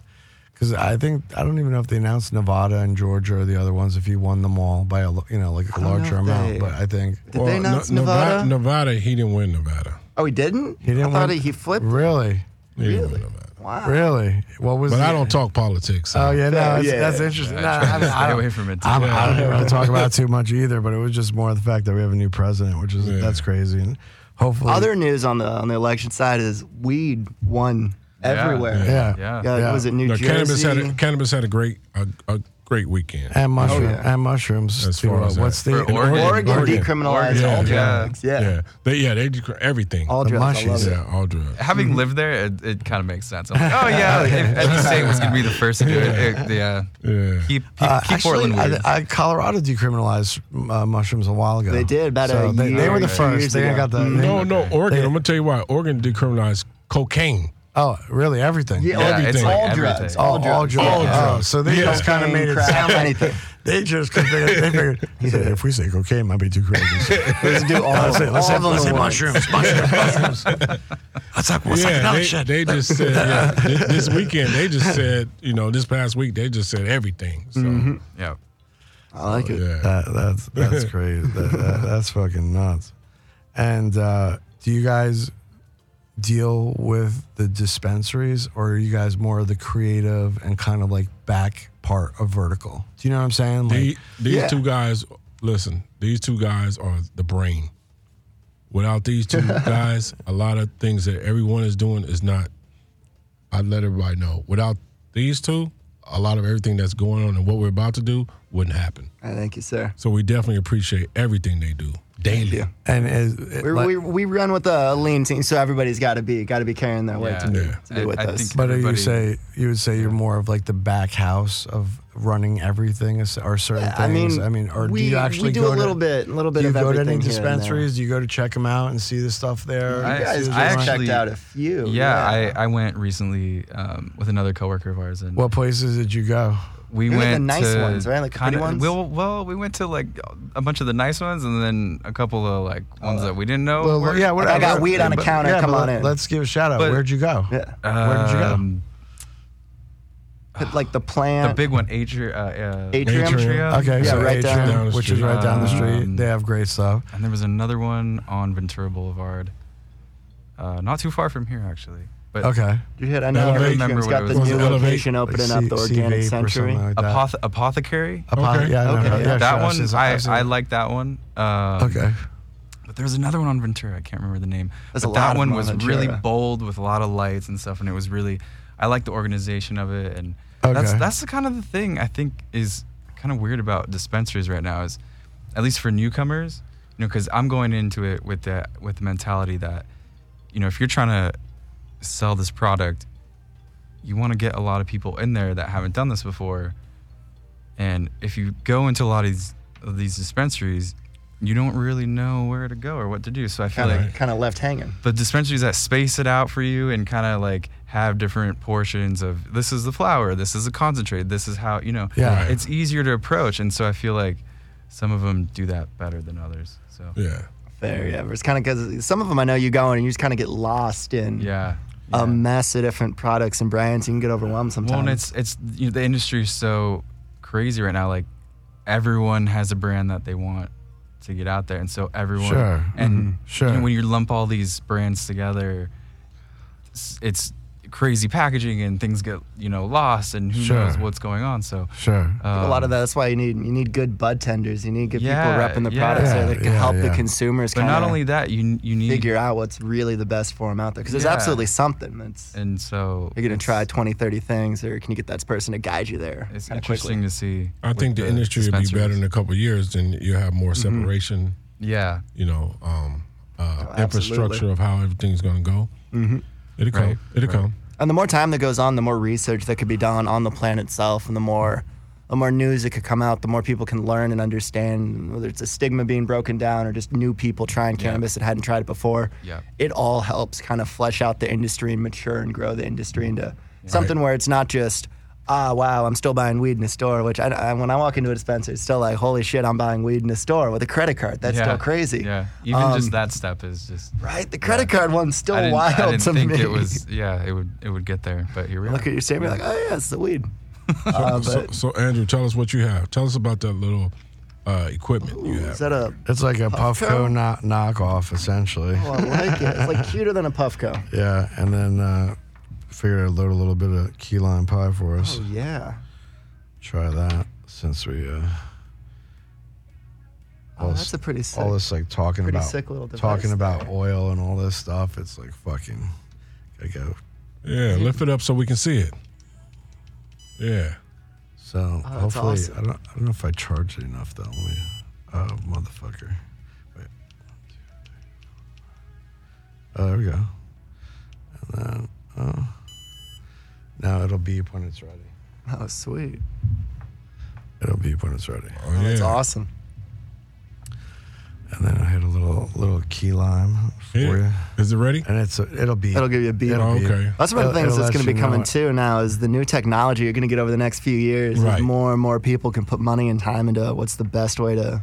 Speaker 1: because I think I don't even know if they announced Nevada and Georgia or the other ones if he won them all by a lo- you know like a
Speaker 4: know
Speaker 1: larger
Speaker 4: if
Speaker 1: amount.
Speaker 4: they-
Speaker 1: but I think
Speaker 4: did they announce Nevada?
Speaker 2: Nevada, he didn't win Nevada.
Speaker 4: Oh, he didn't.
Speaker 1: he didn't.
Speaker 4: I thought
Speaker 1: win-
Speaker 4: he, he flipped.
Speaker 1: Really,
Speaker 2: He didn't win Nevada.
Speaker 4: Wow.
Speaker 1: really. What was?
Speaker 2: But I
Speaker 1: the-
Speaker 2: don't talk politics. so-
Speaker 1: Oh yeah, no, that's,
Speaker 4: Yeah.
Speaker 1: that's interesting. No,
Speaker 3: I try
Speaker 1: I,
Speaker 3: to
Speaker 1: mean, I
Speaker 3: stay
Speaker 1: don't-
Speaker 3: away from it.
Speaker 1: I'm,
Speaker 3: too.
Speaker 1: I don't even really talk about it too much either, but it was just more the fact that we have a new president, which is
Speaker 2: Yeah.
Speaker 1: that's crazy. And hopefully,
Speaker 4: Other news on the on the election side is weed won everywhere.
Speaker 1: yeah,
Speaker 3: Yeah.
Speaker 4: Yeah,
Speaker 1: Yeah.
Speaker 4: Was it New
Speaker 2: No,
Speaker 4: Jersey?
Speaker 2: cannabis had a, cannabis had a great a, a great weekend.
Speaker 1: and mushroom
Speaker 4: Oh, yeah.
Speaker 1: and mushrooms.
Speaker 2: As
Speaker 1: too.
Speaker 2: far as that.
Speaker 1: what's
Speaker 3: For
Speaker 1: the
Speaker 3: Oregon.
Speaker 4: Oregon,
Speaker 2: Oregon.
Speaker 4: decriminalized
Speaker 2: Oregon.
Speaker 4: all
Speaker 3: Yeah.
Speaker 4: drugs. Yeah.
Speaker 2: yeah, they, yeah, they dec- everything.
Speaker 4: All
Speaker 1: The
Speaker 4: drugs. I love
Speaker 1: mushies.
Speaker 4: it.
Speaker 2: yeah, all drugs.
Speaker 3: Having
Speaker 1: Mm.
Speaker 3: lived there, it, it kind of makes sense. I'm like, oh yeah, if every state was gonna be the first to do it, it yeah.
Speaker 2: Yeah.
Speaker 3: Keep, keep,
Speaker 1: Uh,
Speaker 3: keep
Speaker 1: actually,
Speaker 3: Portland weird.
Speaker 1: I, I, Colorado decriminalized uh, mushrooms a while ago.
Speaker 4: They did, about a
Speaker 1: they, they
Speaker 4: year
Speaker 1: were the
Speaker 4: or two years
Speaker 1: first. They
Speaker 4: ago. Mm-hmm.
Speaker 1: got the they-
Speaker 2: No, no, Oregon. I'm gonna tell you why. Oregon decriminalized cocaine.
Speaker 1: Oh, really? Everything.
Speaker 4: Yeah,
Speaker 3: Yeah, it's
Speaker 4: everything.
Speaker 3: like
Speaker 4: all
Speaker 3: everything.
Speaker 4: drugs.
Speaker 1: All, all drugs.
Speaker 2: All
Speaker 1: Oh,
Speaker 2: drugs.
Speaker 1: so they
Speaker 2: Yeah.
Speaker 1: just kind of made it
Speaker 4: Cocaine, crack,
Speaker 1: sound
Speaker 4: anything.
Speaker 1: They just they figured, they figured they said, if we say cocaine, might be too crazy.
Speaker 4: Let's do all
Speaker 1: Let's
Speaker 4: of
Speaker 1: say,
Speaker 4: them.
Speaker 1: let's say,
Speaker 4: all of
Speaker 1: let's say
Speaker 4: them at once.
Speaker 1: mushrooms, mushrooms, mushrooms. Let's talk, let's talk
Speaker 2: yeah,
Speaker 4: Oh,
Speaker 1: another
Speaker 2: they,
Speaker 1: shit.
Speaker 2: they just said yeah, thi- this weekend. They just said you know this past week they just said everything. So
Speaker 4: Mm-hmm.
Speaker 3: yeah. Oh,
Speaker 4: I like it.
Speaker 2: yeah,
Speaker 1: That, that's that's crazy. That- that- that's fucking nuts. And uh, do you guys deal with the dispensaries, or are you guys more of the creative and kind of like back part of vertical? Do you know what I'm saying? Like,
Speaker 2: The- these
Speaker 4: Yeah.
Speaker 2: two guys. Listen, these two guys are the brain. Without these two guys, a lot of things that everyone is doing is not. I let everybody know. Without these two, a lot of everything that's going on and what we're about to do wouldn't happen.
Speaker 4: I thank you, sir.
Speaker 2: So we definitely appreciate everything they do daily.
Speaker 4: you.
Speaker 1: and is,
Speaker 4: We,
Speaker 1: like-
Speaker 4: we, we run with a lean team, so everybody's got to be got to be carrying their weight
Speaker 3: Yeah.
Speaker 4: to be,
Speaker 2: Yeah.
Speaker 4: to be
Speaker 3: I-
Speaker 4: with
Speaker 3: I
Speaker 4: us.
Speaker 3: think-
Speaker 1: But are you
Speaker 3: Everybody-
Speaker 1: say you would say you're more of like the back house of running everything as- or certain
Speaker 4: I
Speaker 1: things.
Speaker 4: mean,
Speaker 1: I mean, or
Speaker 4: we,
Speaker 1: do you actually
Speaker 4: we do
Speaker 1: go
Speaker 4: a little
Speaker 1: to,
Speaker 4: bit, a little bit
Speaker 1: Do you
Speaker 4: of
Speaker 1: go to
Speaker 4: everything
Speaker 1: any
Speaker 4: here and there.
Speaker 1: dispensaries? Do you go to check them out and see the stuff there?
Speaker 3: I-
Speaker 1: See
Speaker 4: You guys,
Speaker 1: what's
Speaker 3: I
Speaker 1: going on?
Speaker 4: I checked
Speaker 3: actually-
Speaker 4: out a few.
Speaker 3: Yeah, I, I went recently um, with another coworker of ours, and
Speaker 1: What places did you go?
Speaker 3: we
Speaker 4: They're
Speaker 3: went
Speaker 4: the nice
Speaker 3: to
Speaker 4: ones, right? Like the pretty
Speaker 3: kinda-
Speaker 4: ones?
Speaker 3: Well, well, we went to like a bunch of the nice ones, and then a couple of like ones that we didn't know.
Speaker 1: Uh, Well,
Speaker 3: were-
Speaker 1: yeah, whatever.
Speaker 4: I got weed on a
Speaker 1: But-
Speaker 4: counter,
Speaker 1: yeah,
Speaker 4: come
Speaker 1: but
Speaker 4: on
Speaker 1: let-
Speaker 4: in.
Speaker 1: Let's give a shout out.
Speaker 3: But-
Speaker 1: Where would you go?
Speaker 4: Yeah.
Speaker 1: Where did you go?
Speaker 3: Um,
Speaker 4: Put, like the
Speaker 3: the
Speaker 4: plant,
Speaker 3: big one, Atria. Uh, uh,
Speaker 4: Atrium.
Speaker 2: Atrium.
Speaker 1: Okay,
Speaker 4: Yeah,
Speaker 1: so
Speaker 4: right down-
Speaker 1: Atrium,
Speaker 2: Down the
Speaker 1: which is
Speaker 2: street.
Speaker 1: right down the street.
Speaker 3: Um,
Speaker 1: they have great stuff.
Speaker 3: And there was another one on Ventura Boulevard, uh, not too far from here, actually. But
Speaker 1: Okay,
Speaker 4: You hit, I know
Speaker 2: Elevate.
Speaker 4: Atrium's
Speaker 3: Remember
Speaker 4: got
Speaker 3: what
Speaker 4: the
Speaker 3: it was.
Speaker 4: new
Speaker 2: Elevate.
Speaker 4: location opening
Speaker 1: Like
Speaker 4: up, the
Speaker 1: C-
Speaker 4: Organic
Speaker 1: CVape or
Speaker 4: Century.
Speaker 1: something like that.
Speaker 3: Apothe- Apothecary.
Speaker 1: Apoth-
Speaker 2: Okay.
Speaker 1: yeah, I know.
Speaker 4: Okay.
Speaker 1: Yeah,
Speaker 3: that
Speaker 1: sure, I've
Speaker 3: one,
Speaker 1: seen some-
Speaker 3: I,
Speaker 1: I've seen-
Speaker 3: I like that one. Um,
Speaker 1: Okay.
Speaker 3: But But there was another one on Ventura. I can't remember the name.
Speaker 4: There's
Speaker 3: but
Speaker 4: a lot
Speaker 3: that
Speaker 4: of
Speaker 3: one
Speaker 4: them on
Speaker 3: was really
Speaker 4: Ventura.
Speaker 3: bold with a lot of lights and stuff, and it was really. I like the organization of it, and that's
Speaker 1: Okay.
Speaker 3: that's the kind of the thing I think is kind of weird about dispensaries right now is, at least for newcomers, you know, because I'm going into it with that with the mentality that, you know, if you're trying to sell this product, you want to get a lot of people in there that haven't done this before. And if you go into a lot of these, of these dispensaries, you don't really know where to go or what to do. So I feel
Speaker 4: Kind of
Speaker 3: like
Speaker 4: kind of left hanging.
Speaker 3: the dispensaries that space it out for you and kind of like have different portions of this is the flower, this is the concentrate, this is how, you know,
Speaker 1: Yeah. Right.
Speaker 3: it's easier to approach. And so I feel like some of them do that better than others. So,
Speaker 2: Yeah.
Speaker 4: Fair, yeah. but It's kind of because some of them I know you go in and you just kind of get lost in
Speaker 3: yeah.
Speaker 4: a
Speaker 3: yeah.
Speaker 4: mess of different products and brands. You can get overwhelmed sometimes.
Speaker 3: Well, and it's it's you know, the industry is so crazy right now. Like everyone has a brand that they want to get out there, and so everyone
Speaker 1: Sure,
Speaker 2: Mm-hmm.
Speaker 3: and
Speaker 1: mhm, sure.
Speaker 3: you know, when you lump all these brands together, it's, it's crazy packaging and things get you know lost, and who
Speaker 1: Sure.
Speaker 3: knows what's going on. So um,
Speaker 1: Sure.
Speaker 4: a lot of that. That's why you need you need good bud tenders. You need good
Speaker 3: Yeah,
Speaker 4: people repping the
Speaker 3: yeah.
Speaker 4: products so
Speaker 1: Yeah,
Speaker 4: that can
Speaker 1: yeah,
Speaker 4: help the
Speaker 1: yeah.
Speaker 4: consumers.
Speaker 3: But
Speaker 4: kind
Speaker 3: not
Speaker 4: of
Speaker 3: only that, you you need
Speaker 4: figure out what's really the best for them out there because there's
Speaker 3: Yeah.
Speaker 4: absolutely something that's
Speaker 3: and so
Speaker 4: you're gonna
Speaker 3: it's-
Speaker 4: try 20, 30 things, or can you get that person to guide you there?
Speaker 3: It's
Speaker 4: kinda
Speaker 3: interesting
Speaker 4: quickly?
Speaker 3: to see.
Speaker 2: I
Speaker 3: with
Speaker 2: think the, industry will be better
Speaker 3: dispensaries.
Speaker 2: in a couple of years, and you'll have more separation.
Speaker 3: Yeah,
Speaker 2: You know, um, uh,
Speaker 4: absolutely.
Speaker 2: infrastructure of how everything's going to go. Mm-hmm. It'll come.
Speaker 3: Right,
Speaker 2: It'll
Speaker 3: right.
Speaker 2: come.
Speaker 4: And the more time that goes on, the more research that could be done on the plant itself, and the more the more news that could come out, the more people can learn and understand whether it's a stigma being broken down or just new people trying
Speaker 3: Yeah.
Speaker 4: cannabis that hadn't tried it before.
Speaker 3: Yeah.
Speaker 4: It all helps kind of flesh out the industry and mature and grow the industry into something where it's not just ah wow I'm still buying weed in a store which I, I- when I walk into a dispenser it's still like holy shit I'm buying weed in a store with a credit card that's
Speaker 3: yeah,
Speaker 4: still crazy
Speaker 3: Yeah, even
Speaker 4: Um,
Speaker 3: just that step is just
Speaker 4: right the credit card one's still
Speaker 3: I didn't,
Speaker 4: wild
Speaker 3: I didn't
Speaker 4: to
Speaker 3: think
Speaker 4: me
Speaker 3: it was. Yeah, it would it would get there, but here we are.
Speaker 4: look at your statement like, oh yeah, it's the weed. Uh,
Speaker 2: So,
Speaker 4: but
Speaker 2: so, Andrew, tell us what you have. Tell us about that little uh, equipment you
Speaker 4: Ooh,
Speaker 2: have.
Speaker 4: is that a?
Speaker 1: It's like a
Speaker 4: Puffco?
Speaker 1: Puffco knock, knockoff, essentially.
Speaker 4: Oh, I like it. It's like cuter than a puffco.
Speaker 1: Yeah, and then uh, figured I'd load a little bit of key lime pie for us.
Speaker 4: Oh yeah.
Speaker 1: Try that since we uh,
Speaker 4: Oh,
Speaker 1: all
Speaker 4: that's
Speaker 1: this,
Speaker 4: a pretty sick.
Speaker 1: all this like talking
Speaker 4: pretty
Speaker 1: about
Speaker 4: sick little device
Speaker 1: talking
Speaker 4: there.
Speaker 1: about oil and all this stuff. It's like fucking gotta go.
Speaker 2: yeah, lift it up so we can see it. Yeah.
Speaker 1: So
Speaker 4: Oh, that's
Speaker 1: hopefully,
Speaker 4: awesome.
Speaker 1: I don't I don't know if I charged it enough though. Let me, oh motherfucker! Wait. Oh, there we go. And then oh, now it'll beep when it's ready.
Speaker 4: oh sweet.
Speaker 1: It'll beep when it's ready.
Speaker 2: Oh,
Speaker 4: Oh,
Speaker 2: yeah.
Speaker 4: That's awesome.
Speaker 1: And then I hit a little little key lime for
Speaker 2: Yeah.
Speaker 1: you.
Speaker 2: Is it ready?
Speaker 1: And it's a, it'll be
Speaker 4: That'll give you a beat.
Speaker 1: it'll
Speaker 2: Oh,
Speaker 1: be-
Speaker 2: okay.
Speaker 4: That's one of the
Speaker 1: it'll-
Speaker 4: things
Speaker 1: it'll let
Speaker 4: that's going to be
Speaker 1: you know
Speaker 4: coming
Speaker 1: it.
Speaker 4: too now is the new technology you're going to get over the next few years. Is
Speaker 2: Right.
Speaker 4: more and more people can put money and time into what's the best way to.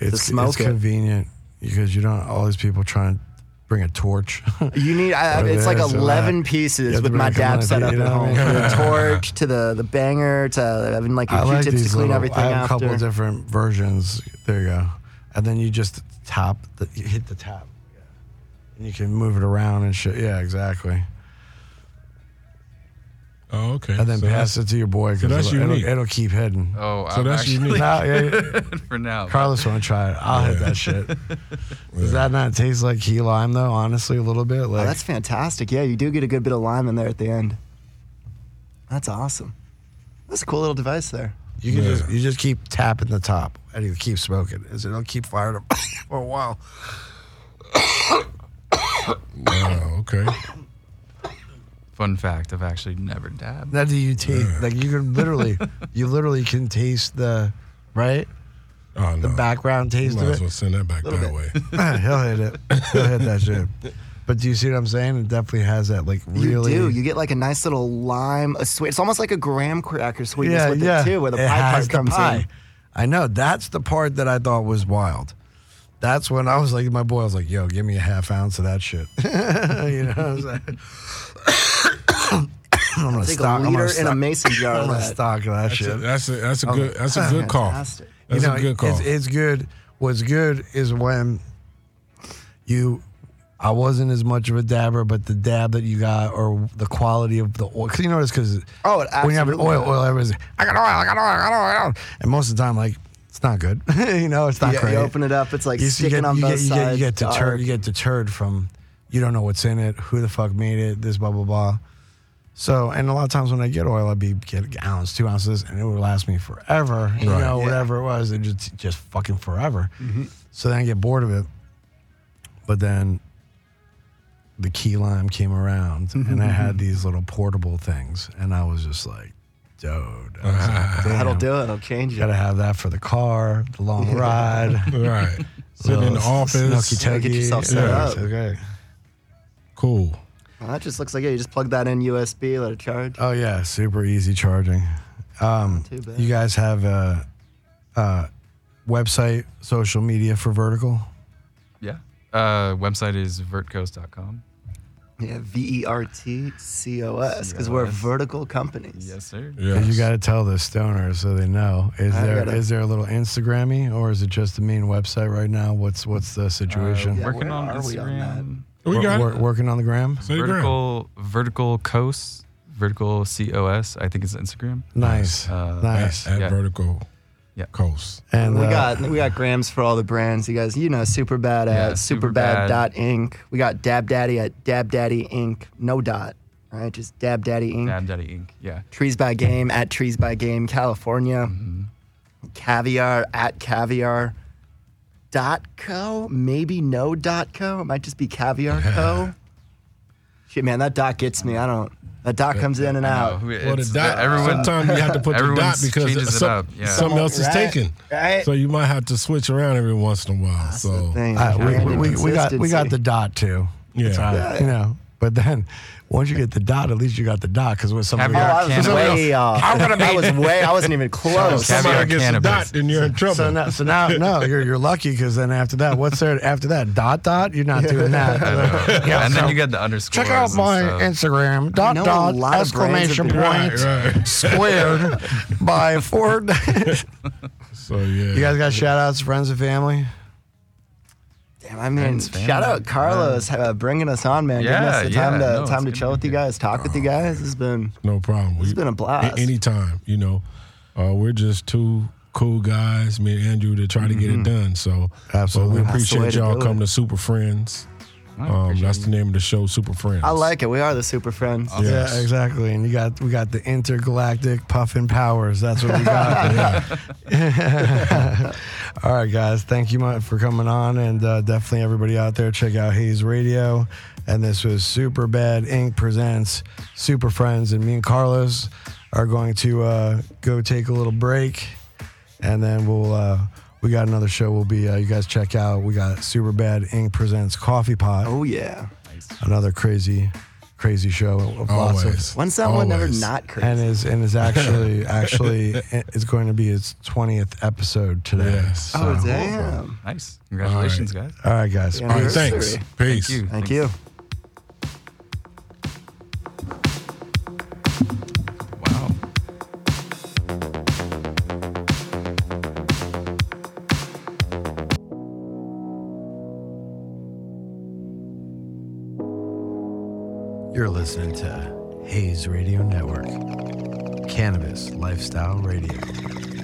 Speaker 1: It's,
Speaker 4: smoke
Speaker 1: it's
Speaker 4: it.
Speaker 1: convenient because you don't all these people trying to bring a torch.
Speaker 4: You need. I, I-
Speaker 1: Right
Speaker 4: it's like
Speaker 1: there, so
Speaker 4: eleven
Speaker 1: that-
Speaker 4: pieces
Speaker 1: yeah,
Speaker 4: with
Speaker 1: they're
Speaker 4: my
Speaker 1: gonna come
Speaker 4: dad
Speaker 1: on,
Speaker 4: set up
Speaker 1: you know
Speaker 4: at
Speaker 1: what I
Speaker 4: home.
Speaker 1: mean?
Speaker 4: From the torch to the the banger to having like your
Speaker 1: I like
Speaker 4: Q-tips to
Speaker 1: these
Speaker 4: clean
Speaker 1: little,
Speaker 4: everything
Speaker 1: I have a
Speaker 4: after.
Speaker 1: couple different versions. There you go. And then you just tap, the, you hit the tap. And you can move it around and shit. Yeah, exactly.
Speaker 2: Oh, okay.
Speaker 1: And then
Speaker 2: So
Speaker 1: pass
Speaker 2: that's-
Speaker 1: it to your boy because
Speaker 2: that's
Speaker 1: it'll,
Speaker 2: unique.
Speaker 1: it'll, it'll keep hitting.
Speaker 3: oh,
Speaker 2: So
Speaker 3: I'm
Speaker 2: that's
Speaker 3: actually
Speaker 2: unique.
Speaker 1: Nah, yeah, yeah.
Speaker 3: for now.
Speaker 1: Carlos want to try it. I'll hit
Speaker 2: Yeah.
Speaker 1: that shit. Does that not taste like key lime though? Honestly, a little bit. Like
Speaker 4: Oh, that's fantastic. Yeah, you do get a good bit of lime in there at the end. That's awesome. That's a cool little device there.
Speaker 1: you can
Speaker 2: Yeah.
Speaker 1: just you just keep tapping the top and you keep smoking. Is it'll keep firing up for a while.
Speaker 2: Oh, okay.
Speaker 3: Fun fact: I've actually never dabbed.
Speaker 1: That do you taste? Like you can literally, you literally can taste the right
Speaker 2: Oh,
Speaker 1: the
Speaker 2: no.
Speaker 1: background taste
Speaker 2: Might
Speaker 1: of
Speaker 2: as well
Speaker 1: it.
Speaker 2: send that back that
Speaker 4: Little bit.
Speaker 2: way.
Speaker 1: He'll hit it. He'll hit that shit. But do you see what I'm saying? It definitely has that like really.
Speaker 4: You do. You get like a nice little lime, a sweet. It's almost like a graham cracker sweetness with it too, where the
Speaker 1: It
Speaker 4: pie
Speaker 1: has
Speaker 4: part
Speaker 1: the
Speaker 4: comes
Speaker 1: pie.
Speaker 4: in.
Speaker 1: I know. That's the part that I thought was wild. That's when I was like, my boy, I was like, yo, give me a half ounce of that shit. you know what I'm saying? I'm gonna
Speaker 4: Take
Speaker 1: stock.
Speaker 4: a
Speaker 1: I'm gonna
Speaker 4: liter in a
Speaker 1: stock,
Speaker 4: mason jar.
Speaker 1: I'm
Speaker 4: of
Speaker 1: gonna
Speaker 4: that.
Speaker 1: stock that
Speaker 2: That's
Speaker 1: shit.
Speaker 2: a, that's a, that's a good that's a good call. That's
Speaker 4: fantastic.
Speaker 2: a good call.
Speaker 1: It's, it's good. What's good is when you. I wasn't as much of a dabber, but the dab that you got, or the quality of the oil, because you notice, because
Speaker 4: Oh, it
Speaker 1: when you have an
Speaker 4: absolutely-
Speaker 1: oil, oil everybody's like, I got oil, I got oil, I got oil, I got oil, and most of the time, like it's not good. you know, it's not
Speaker 4: you,
Speaker 1: great.
Speaker 4: you open it up, it's like
Speaker 1: You- you
Speaker 4: sticking on
Speaker 1: you
Speaker 4: both
Speaker 1: you
Speaker 4: sides.
Speaker 1: Get, you get
Speaker 4: Dark.
Speaker 1: deterred. You get deterred from. You don't know what's in it. Who the fuck made it? This blah blah blah. So, and a lot of times when I get oil, I'd be get an ounce, two ounces, and it would last me forever. You know,
Speaker 2: Right.
Speaker 4: Yeah. Mm-hmm.
Speaker 1: whatever it was, it just just fucking forever. So then I get bored of it. But then the key lime came around,
Speaker 4: Mm-hmm,
Speaker 1: and I had these little portable things, and I was just like, dude, I was like,
Speaker 4: Oh, That'll
Speaker 1: damn,
Speaker 4: do it. It'll change it.
Speaker 1: Gotta have that for the car, the long ride.
Speaker 2: Right. Sitting in the office.
Speaker 1: Snooky
Speaker 4: Get yourself set
Speaker 2: Yeah.
Speaker 4: up.
Speaker 1: Okay.
Speaker 2: Cool.
Speaker 4: Well, that just looks like it. You just plug that in USB, let it charge.
Speaker 1: Oh yeah, super easy charging. Um,
Speaker 4: too bad.
Speaker 1: you guys have a, a website, social media for Vertical.
Speaker 3: Yeah. Uh, website is vertcoast.com.
Speaker 4: Yeah, V E R T C O S, because we're
Speaker 3: COS.
Speaker 4: vertical companies.
Speaker 3: Yes, sir. Uh,
Speaker 2: Yeah.
Speaker 1: You got to tell the stoners so they know. Is
Speaker 4: I
Speaker 1: there is
Speaker 4: gotta-
Speaker 1: there a little Instagrammy or is it just the main website right now? What's what's the situation?
Speaker 4: Uh, Yeah,
Speaker 3: working
Speaker 4: where
Speaker 3: on
Speaker 4: are we on
Speaker 3: Instagram.
Speaker 2: We got
Speaker 1: Wor- working on the gram.
Speaker 2: Say the ground.
Speaker 3: vertical vertical coast vertical cos i think it's instagram
Speaker 1: Nice,
Speaker 3: Uh,
Speaker 1: nice.
Speaker 2: At, at
Speaker 3: Yeah.
Speaker 2: Vertical
Speaker 3: Yeah.
Speaker 2: Coast.
Speaker 1: And
Speaker 4: we
Speaker 1: uh,
Speaker 4: got we got grams for all the brands. You guys, you know, Superbad
Speaker 3: Yeah,
Speaker 4: at
Speaker 3: Superbad.
Speaker 4: superbad.inc. We got Dab Daddy at Dab Daddy Inc. No dot, right? Just Dab Daddy Inc.
Speaker 3: dab daddy inc yeah
Speaker 4: Trees by Game at Trees by Game California. Caviar at Caviar. Dot co, maybe no dot co. It might just be Caviar Co. Shit, man, that dot gets me. I don't. That dot comes in and
Speaker 3: I
Speaker 4: out.
Speaker 1: Oh.
Speaker 3: know. Oh, It's- uh,
Speaker 2: Well, the dot.
Speaker 3: everyone
Speaker 2: sometimes you have to put the
Speaker 3: everyone
Speaker 2: dot
Speaker 3: changes
Speaker 2: because
Speaker 3: it
Speaker 2: some-
Speaker 3: up, yeah.
Speaker 2: something else is
Speaker 4: Right,
Speaker 2: taken.
Speaker 4: right.
Speaker 2: So you might have to switch around every once in a while.
Speaker 4: That's the
Speaker 2: so
Speaker 4: thing.
Speaker 1: Uh,
Speaker 4: Brand
Speaker 1: we, we, we got we got
Speaker 4: inconsistency.
Speaker 1: the dot too. It's
Speaker 2: Yeah.
Speaker 1: all right, you know. But then once you get the dot, at least you got the dot because when somebody
Speaker 3: Have you-
Speaker 4: Oh,
Speaker 1: got-
Speaker 4: I was
Speaker 3: Cannabis.
Speaker 4: way off. I was way. I wasn't even close.
Speaker 3: Caviar
Speaker 2: somebody gets a
Speaker 3: cannabis.
Speaker 2: dot, then you're in trouble.
Speaker 1: so now, so now, no, you're you're lucky because then after that, what's there after that? Dot dot. You're not doing that. Yeah,
Speaker 3: and
Speaker 1: so
Speaker 3: then you got the underscore
Speaker 1: check out my Instagram. Dot
Speaker 4: know a
Speaker 1: dot
Speaker 4: lot of brands have
Speaker 1: exclamation
Speaker 4: been-
Speaker 1: point
Speaker 2: right, right.
Speaker 1: squared by four.
Speaker 2: So yeah.
Speaker 1: you guys got shout outs, friends and family.
Speaker 4: Damn, I mean,
Speaker 3: Friends,
Speaker 4: shout
Speaker 3: family.
Speaker 4: out Carlos uh, bringing us on, man.
Speaker 3: Yeah,
Speaker 4: Giving us the time
Speaker 3: yeah,
Speaker 4: to
Speaker 3: no,
Speaker 4: time to
Speaker 3: it's
Speaker 4: chill
Speaker 3: good Oh. to
Speaker 4: with
Speaker 3: be
Speaker 4: you
Speaker 3: here.
Speaker 4: guys, talk with you guys. It's been
Speaker 2: no problem.
Speaker 4: it's
Speaker 2: We-
Speaker 4: been a blast.
Speaker 2: A- anytime, you know. Uh, we're just two cool guys, me and Andrew, to try to get
Speaker 3: Mm-hmm.
Speaker 2: it done. So,
Speaker 1: Absolutely.
Speaker 2: so we
Speaker 1: That's
Speaker 4: the way
Speaker 2: appreciate
Speaker 4: to
Speaker 2: y'all
Speaker 4: do
Speaker 2: coming
Speaker 4: it.
Speaker 2: to Super Friends. Um,
Speaker 3: um,
Speaker 2: that's the name of the show, Super Friends.
Speaker 4: I like it. We are the super friends.
Speaker 3: Oh.
Speaker 2: Yes.
Speaker 1: Yeah, exactly. And you got we got the intergalactic puffin powers. That's what we got. All right, guys. Thank you much for coming on, and uh, definitely everybody out there, check out Hayes Radio. And this was Super Bad Inc. presents Super Friends, and me and Carlos are going to uh, go take a little break, and then we'll uh, we got another show. We'll be uh, you guys check out. We got Super Bad Inc. presents Coffee Pot
Speaker 4: Oh yeah.
Speaker 1: another crazy, crazy show. Of lots
Speaker 2: Always.
Speaker 1: of,
Speaker 4: When's that one ever
Speaker 2: Always.
Speaker 4: not crazy?
Speaker 1: and is and is actually actually it's going to be its twentieth episode today.
Speaker 2: Yes.
Speaker 1: So-
Speaker 4: oh
Speaker 3: uh,
Speaker 4: damn.
Speaker 3: nice congratulations guys
Speaker 1: All right, guys.
Speaker 4: Yeah.
Speaker 2: All right, thanks.
Speaker 4: Anniversary.
Speaker 2: Peace.
Speaker 3: you.
Speaker 4: Thank
Speaker 3: Thanks.
Speaker 4: you.
Speaker 3: wow
Speaker 1: You're listening to Hayes Radio Network, Cannabis Lifestyle Radio.